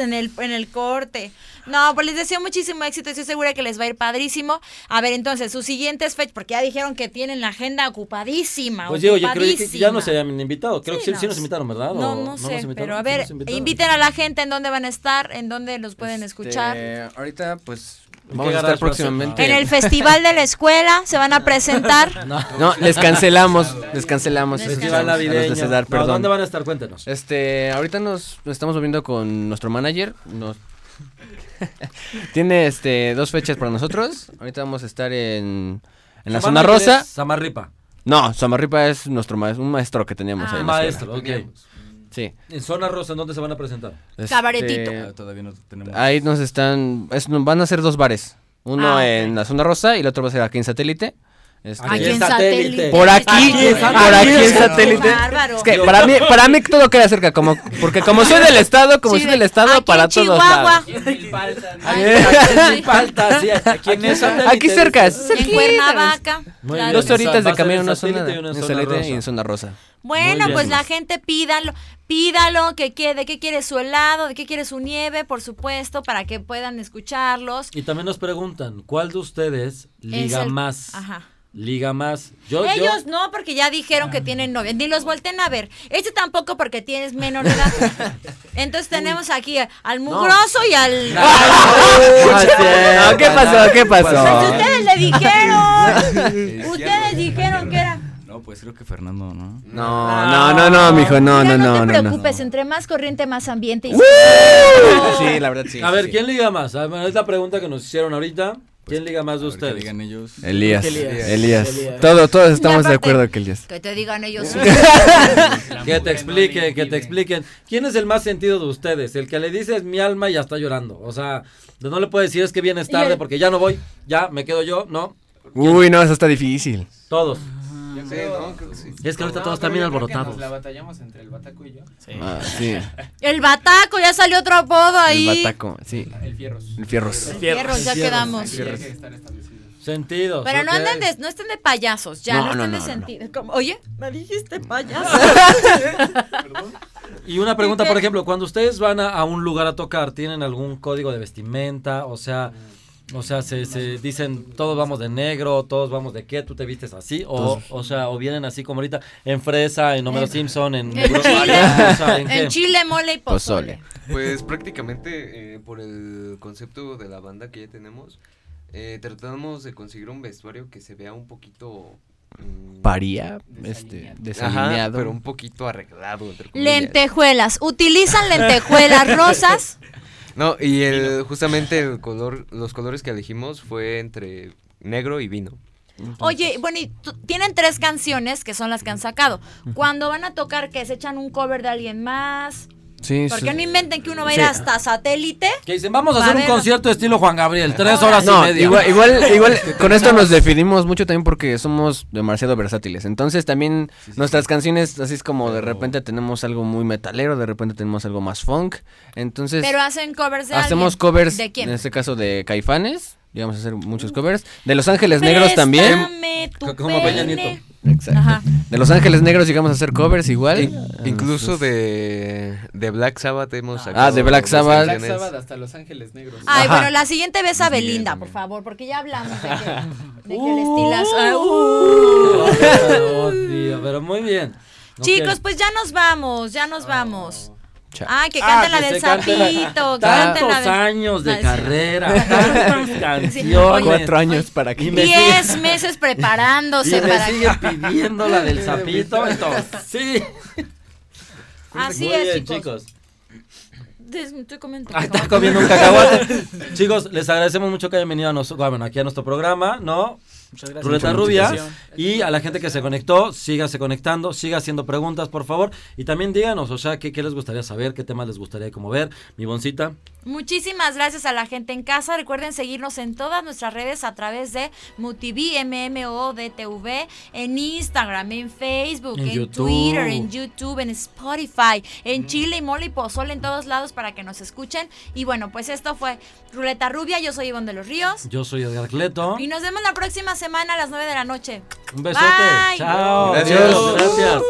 [SPEAKER 1] en, el, en el corte. No, pues les deseo muchísimo éxito. Estoy segura que les va a ir padrísimo. A ver, entonces, sus siguientes fechas, porque ya dijeron que tienen la agenda ocupadísima.
[SPEAKER 2] Oye, oye, creo que Pues ya no se
[SPEAKER 1] ocupadísima.
[SPEAKER 2] habían invitado. Creo
[SPEAKER 1] Ah, Sí,
[SPEAKER 2] que sí,
[SPEAKER 1] no.
[SPEAKER 2] sí nos invitaron, ¿verdad? ¿O
[SPEAKER 1] No, no
[SPEAKER 2] nos
[SPEAKER 1] sé,
[SPEAKER 2] invitaron?
[SPEAKER 1] pero a
[SPEAKER 2] Sí
[SPEAKER 1] ver,
[SPEAKER 2] nos invitaron.
[SPEAKER 1] inviten a la gente en dónde van a estar, en dónde los pueden
[SPEAKER 4] Este,
[SPEAKER 1] escuchar.
[SPEAKER 4] Ahorita, pues,
[SPEAKER 2] ¿En
[SPEAKER 4] vamos
[SPEAKER 2] qué garage va a
[SPEAKER 4] a estar
[SPEAKER 2] ser?
[SPEAKER 4] próximamente.
[SPEAKER 1] En el festival de la escuela se van a presentar.
[SPEAKER 2] No,
[SPEAKER 4] No, les cancelamos, les
[SPEAKER 1] Festival
[SPEAKER 4] cancelamos. escuchamos, a
[SPEAKER 2] festival
[SPEAKER 4] los
[SPEAKER 2] navideño.
[SPEAKER 4] de César,
[SPEAKER 2] No,
[SPEAKER 4] perdón.
[SPEAKER 2] ¿Dónde van a estar? Cuéntenos.
[SPEAKER 4] Este, ahorita nos, nos estamos moviendo con nuestro manager. nos- Tiene este dos fechas para nosotros. Ahorita vamos a estar en, en la zona rosa.
[SPEAKER 2] Samarripa.
[SPEAKER 4] No, Samarripa es nuestro maes- un maestro que teníamos
[SPEAKER 1] Ah.
[SPEAKER 4] ahí. en la escuela.
[SPEAKER 2] Maestro, ok.
[SPEAKER 4] Sí.
[SPEAKER 2] En zona rosa, ¿en dónde se van a presentar?
[SPEAKER 4] este,
[SPEAKER 1] Cabaretito.
[SPEAKER 6] Todavía no tenemos.
[SPEAKER 4] Ahí nos están. es- van a ser dos bares. Uno
[SPEAKER 1] Ah, ok.
[SPEAKER 4] en la zona rosa y el otro va a ser aquí en satélite. Este,
[SPEAKER 2] Aquí
[SPEAKER 1] Aquí en
[SPEAKER 2] en satélite.
[SPEAKER 1] satélite.
[SPEAKER 4] Por aquí,
[SPEAKER 1] Aquí en
[SPEAKER 4] por aquí en
[SPEAKER 1] satélite.
[SPEAKER 4] satélite.
[SPEAKER 1] Bárbaro.
[SPEAKER 4] Es que para mí, para mí todo queda cerca, como, porque como soy del estado, como
[SPEAKER 1] Sí,
[SPEAKER 4] soy
[SPEAKER 1] de-
[SPEAKER 4] del estado,
[SPEAKER 1] aquí
[SPEAKER 4] para
[SPEAKER 1] en
[SPEAKER 4] todos
[SPEAKER 1] Chihuahua.
[SPEAKER 4] lados.
[SPEAKER 1] Ay, sí.
[SPEAKER 2] Eh, Falta, sí, aquí en el satélite.
[SPEAKER 4] Aquí cerca, es
[SPEAKER 1] En
[SPEAKER 4] cerquita.
[SPEAKER 1] Cuernavaca.
[SPEAKER 2] Muy
[SPEAKER 1] claro.
[SPEAKER 2] bien.
[SPEAKER 4] Dos
[SPEAKER 2] O sea,
[SPEAKER 4] horitas
[SPEAKER 2] va a
[SPEAKER 4] de
[SPEAKER 2] ser
[SPEAKER 4] camino
[SPEAKER 2] en
[SPEAKER 4] no son
[SPEAKER 2] satélite
[SPEAKER 4] nada.
[SPEAKER 2] y una
[SPEAKER 4] En
[SPEAKER 2] zona
[SPEAKER 4] satélite
[SPEAKER 2] rosa.
[SPEAKER 4] y en zona rosa.
[SPEAKER 1] Bueno,
[SPEAKER 2] Muy
[SPEAKER 1] pues
[SPEAKER 2] bien.
[SPEAKER 1] la gente pídalo, pídalo que quiere, de qué quiere su helado, de qué quiere su nieve, por supuesto, para que puedan escucharlos.
[SPEAKER 2] Y también nos preguntan, ¿cuál de ustedes liga
[SPEAKER 1] Es el-
[SPEAKER 2] más?
[SPEAKER 1] Ajá.
[SPEAKER 2] Liga más. Yo,
[SPEAKER 1] Ellos
[SPEAKER 2] yo,
[SPEAKER 1] no, porque ya dijeron que tienen novia. Ni los volten a ver. Este tampoco, porque tienes menor edad. Entonces tenemos aquí al mugroso y al.
[SPEAKER 4] Ah, No, ¿Qué pasó? ¿Qué
[SPEAKER 1] Pues
[SPEAKER 4] pasó?
[SPEAKER 1] ustedes le dijeron.
[SPEAKER 6] Eh,
[SPEAKER 1] ustedes dijeron que era.
[SPEAKER 6] No, pues creo que Fernando, ¿no?
[SPEAKER 4] No, no, no, no, mijo, no,
[SPEAKER 1] Mira,
[SPEAKER 4] no, no,
[SPEAKER 1] te
[SPEAKER 4] no, no.
[SPEAKER 1] preocupes, entre más corriente, más ambiente. Y...
[SPEAKER 4] Sí, la verdad sí.
[SPEAKER 2] a ver,
[SPEAKER 4] sí.
[SPEAKER 2] ¿quién liga más? A ver, es la pregunta que nos hicieron ahorita. ¿Quién liga más de
[SPEAKER 6] A ver qué
[SPEAKER 2] ustedes?
[SPEAKER 6] digan ellos.
[SPEAKER 4] Elías.
[SPEAKER 3] Elías.
[SPEAKER 4] Elías.
[SPEAKER 3] Elías.
[SPEAKER 4] Todos, todos estamos
[SPEAKER 1] aparte-
[SPEAKER 4] de acuerdo que Elías.
[SPEAKER 1] Que te digan ellos.
[SPEAKER 2] Que te expliquen, que te
[SPEAKER 5] explique
[SPEAKER 2] expliquen. ¿Quién es el más sentido de ustedes? El que le dices mi alma y ya está llorando. O sea, no le puede decir es que vienes
[SPEAKER 1] Y
[SPEAKER 2] tarde
[SPEAKER 1] el-
[SPEAKER 2] porque ya no voy, ya me quedo yo, no,
[SPEAKER 4] Uy, no, eso está difícil.
[SPEAKER 2] todos.
[SPEAKER 7] Sí, no, creo que sí.
[SPEAKER 2] Es que ahorita
[SPEAKER 5] Ah.
[SPEAKER 2] todos
[SPEAKER 5] No, pero
[SPEAKER 2] están bien
[SPEAKER 5] yo creo que
[SPEAKER 2] alborotados.
[SPEAKER 5] Nos la batallamos entre el bataco y yo.
[SPEAKER 4] Ah, sí.
[SPEAKER 1] El bataco, ya salió otro apodo ahí.
[SPEAKER 4] El bataco, sí.
[SPEAKER 5] El fierros.
[SPEAKER 4] El fierros.
[SPEAKER 1] Fierros, ya quedamos.
[SPEAKER 5] Aquí hay que estar establecidos.
[SPEAKER 2] Sentidos.
[SPEAKER 1] Pero no
[SPEAKER 2] ok.
[SPEAKER 1] anden de, no estén de payasos, ya, no,
[SPEAKER 4] No, no,
[SPEAKER 1] estén de
[SPEAKER 4] no, no, no.
[SPEAKER 1] sentido. Como, Oye, me dijiste payaso.
[SPEAKER 2] Y una pregunta,
[SPEAKER 1] Dice-
[SPEAKER 2] por ejemplo, cuando ustedes van a, a un lugar a tocar, ¿tienen algún código de vestimenta? O sea,
[SPEAKER 1] Mm.
[SPEAKER 2] o sea, se, se dicen todos vamos de negro, todos vamos de qué, tú te vistes así, o, o sea, o vienen así como ahorita en fresa, en Homero
[SPEAKER 1] En-
[SPEAKER 2] Simpson, en,
[SPEAKER 1] en
[SPEAKER 2] Europa,
[SPEAKER 1] chile.
[SPEAKER 2] o sea, ¿en qué?
[SPEAKER 1] en chile, mole y pozole.
[SPEAKER 4] Pozole.
[SPEAKER 7] Pues prácticamente eh, por el concepto de la banda que ya tenemos, eh, tratamos de conseguir un vestuario que se vea un poquito
[SPEAKER 4] paría, este,
[SPEAKER 7] Ajá,
[SPEAKER 4] desalineado.
[SPEAKER 7] pero un poquito arreglado. entre comillas.
[SPEAKER 1] Lentejuelas. Utilizan lentejuelas rosas.
[SPEAKER 7] No, y el, justamente el color, los colores que elegimos fue entre negro y vino.
[SPEAKER 1] Oye, bueno, y tú- tienen tres canciones que son las que han sacado. Cuando van a tocar, que se echan un cover de alguien más.
[SPEAKER 4] Sí,
[SPEAKER 1] ¿Por
[SPEAKER 4] sí.
[SPEAKER 1] qué no inventen que uno va a ir hasta satélite?
[SPEAKER 2] Que dicen, vamos a hacer un
[SPEAKER 1] Madera.
[SPEAKER 2] concierto estilo Juan Gabriel, tres
[SPEAKER 1] Ahora
[SPEAKER 2] horas
[SPEAKER 1] sí.
[SPEAKER 2] y
[SPEAKER 4] No,
[SPEAKER 2] media.
[SPEAKER 4] igual, igual, igual con esto nos definimos mucho también porque somos demasiado versátiles. Entonces también nuestras canciones, así es como de repente tenemos algo muy metalero, de repente tenemos algo más funk. Entonces
[SPEAKER 1] Pero hacen covers de
[SPEAKER 4] hacemos
[SPEAKER 1] alguien.
[SPEAKER 4] covers,
[SPEAKER 1] ¿De quién? Mm.
[SPEAKER 4] en este caso de Caifanes, vamos a hacer muchos covers. De Los Ángeles Negros también.
[SPEAKER 1] Préstame tu
[SPEAKER 2] Como Peña
[SPEAKER 1] peine.
[SPEAKER 2] Nieto.
[SPEAKER 4] Exacto.
[SPEAKER 1] Ajá.
[SPEAKER 4] De Los Ángeles Negros llegamos a hacer covers igual. Ah,
[SPEAKER 7] Incluso de, de Black Sabbath hemos sacado.
[SPEAKER 4] Ah, de Black
[SPEAKER 7] dos
[SPEAKER 4] Sabbath.
[SPEAKER 5] Black
[SPEAKER 7] canciones.
[SPEAKER 5] Sabbath hasta Los Ángeles Negros.
[SPEAKER 1] Ay,
[SPEAKER 4] Ajá.
[SPEAKER 1] bueno, la siguiente vez a Belinda, por favor, porque ya hablamos de que, de que el estilazo. Ay, uh.
[SPEAKER 2] Oh, tío, pero muy bien. Ok.
[SPEAKER 1] Chicos, pues ya nos vamos, ya nos vamos.
[SPEAKER 4] Chao.
[SPEAKER 1] Ay, que
[SPEAKER 2] Ah,
[SPEAKER 1] canten la
[SPEAKER 2] que
[SPEAKER 1] del
[SPEAKER 2] se cante la-
[SPEAKER 1] sapito, que canten la
[SPEAKER 2] Tantos
[SPEAKER 1] del...
[SPEAKER 2] años
[SPEAKER 1] la
[SPEAKER 2] de
[SPEAKER 1] de-
[SPEAKER 2] carrera, tantas canciones.
[SPEAKER 1] Oye,
[SPEAKER 4] Cuatro años para que
[SPEAKER 2] Y me-
[SPEAKER 1] Diez meses
[SPEAKER 2] Y
[SPEAKER 1] preparándose
[SPEAKER 2] me
[SPEAKER 1] para...
[SPEAKER 2] sigue pidiendo la del sapito, entonces. Sí.
[SPEAKER 1] Así
[SPEAKER 2] Muy
[SPEAKER 1] es,
[SPEAKER 2] bien,
[SPEAKER 1] chicos.
[SPEAKER 2] chicos. Ah,
[SPEAKER 1] Des- Estoy comiendo
[SPEAKER 2] Ahí
[SPEAKER 1] cacahuate.
[SPEAKER 2] está comiendo un cacahuate. chicos, les agradecemos mucho que hayan venido a nos- bueno, aquí a nuestro programa, ¿no?
[SPEAKER 3] Muchas gracias.
[SPEAKER 2] Ruleta
[SPEAKER 3] por la
[SPEAKER 2] Rubia.
[SPEAKER 3] invitación.
[SPEAKER 2] Y a la gente que se conectó, sígase conectando, siga haciendo preguntas, por favor. Y también díganos, o sea, qué, qué les gustaría saber, qué temas les gustaría como ver. Mi boncita.
[SPEAKER 1] Muchísimas gracias a la gente en casa. Recuerden seguirnos en todas nuestras redes a través de MUTV, MMODTV, en Instagram, en Facebook,
[SPEAKER 2] En
[SPEAKER 1] en,
[SPEAKER 2] YouTube. Mm.
[SPEAKER 1] Twitter, en YouTube, en Spotify, en Chile y Mole y Pozole, en todos lados para que nos escuchen. Y bueno, pues esto fue Ruleta Rubia. Yo soy Ivonne de los Ríos.
[SPEAKER 2] Yo soy Edgar Cleto.
[SPEAKER 1] Y nos vemos la próxima semana a las 9 de la noche.
[SPEAKER 2] Un besote.
[SPEAKER 1] Bye.
[SPEAKER 2] Chao.
[SPEAKER 7] Gracias.
[SPEAKER 2] Gracias.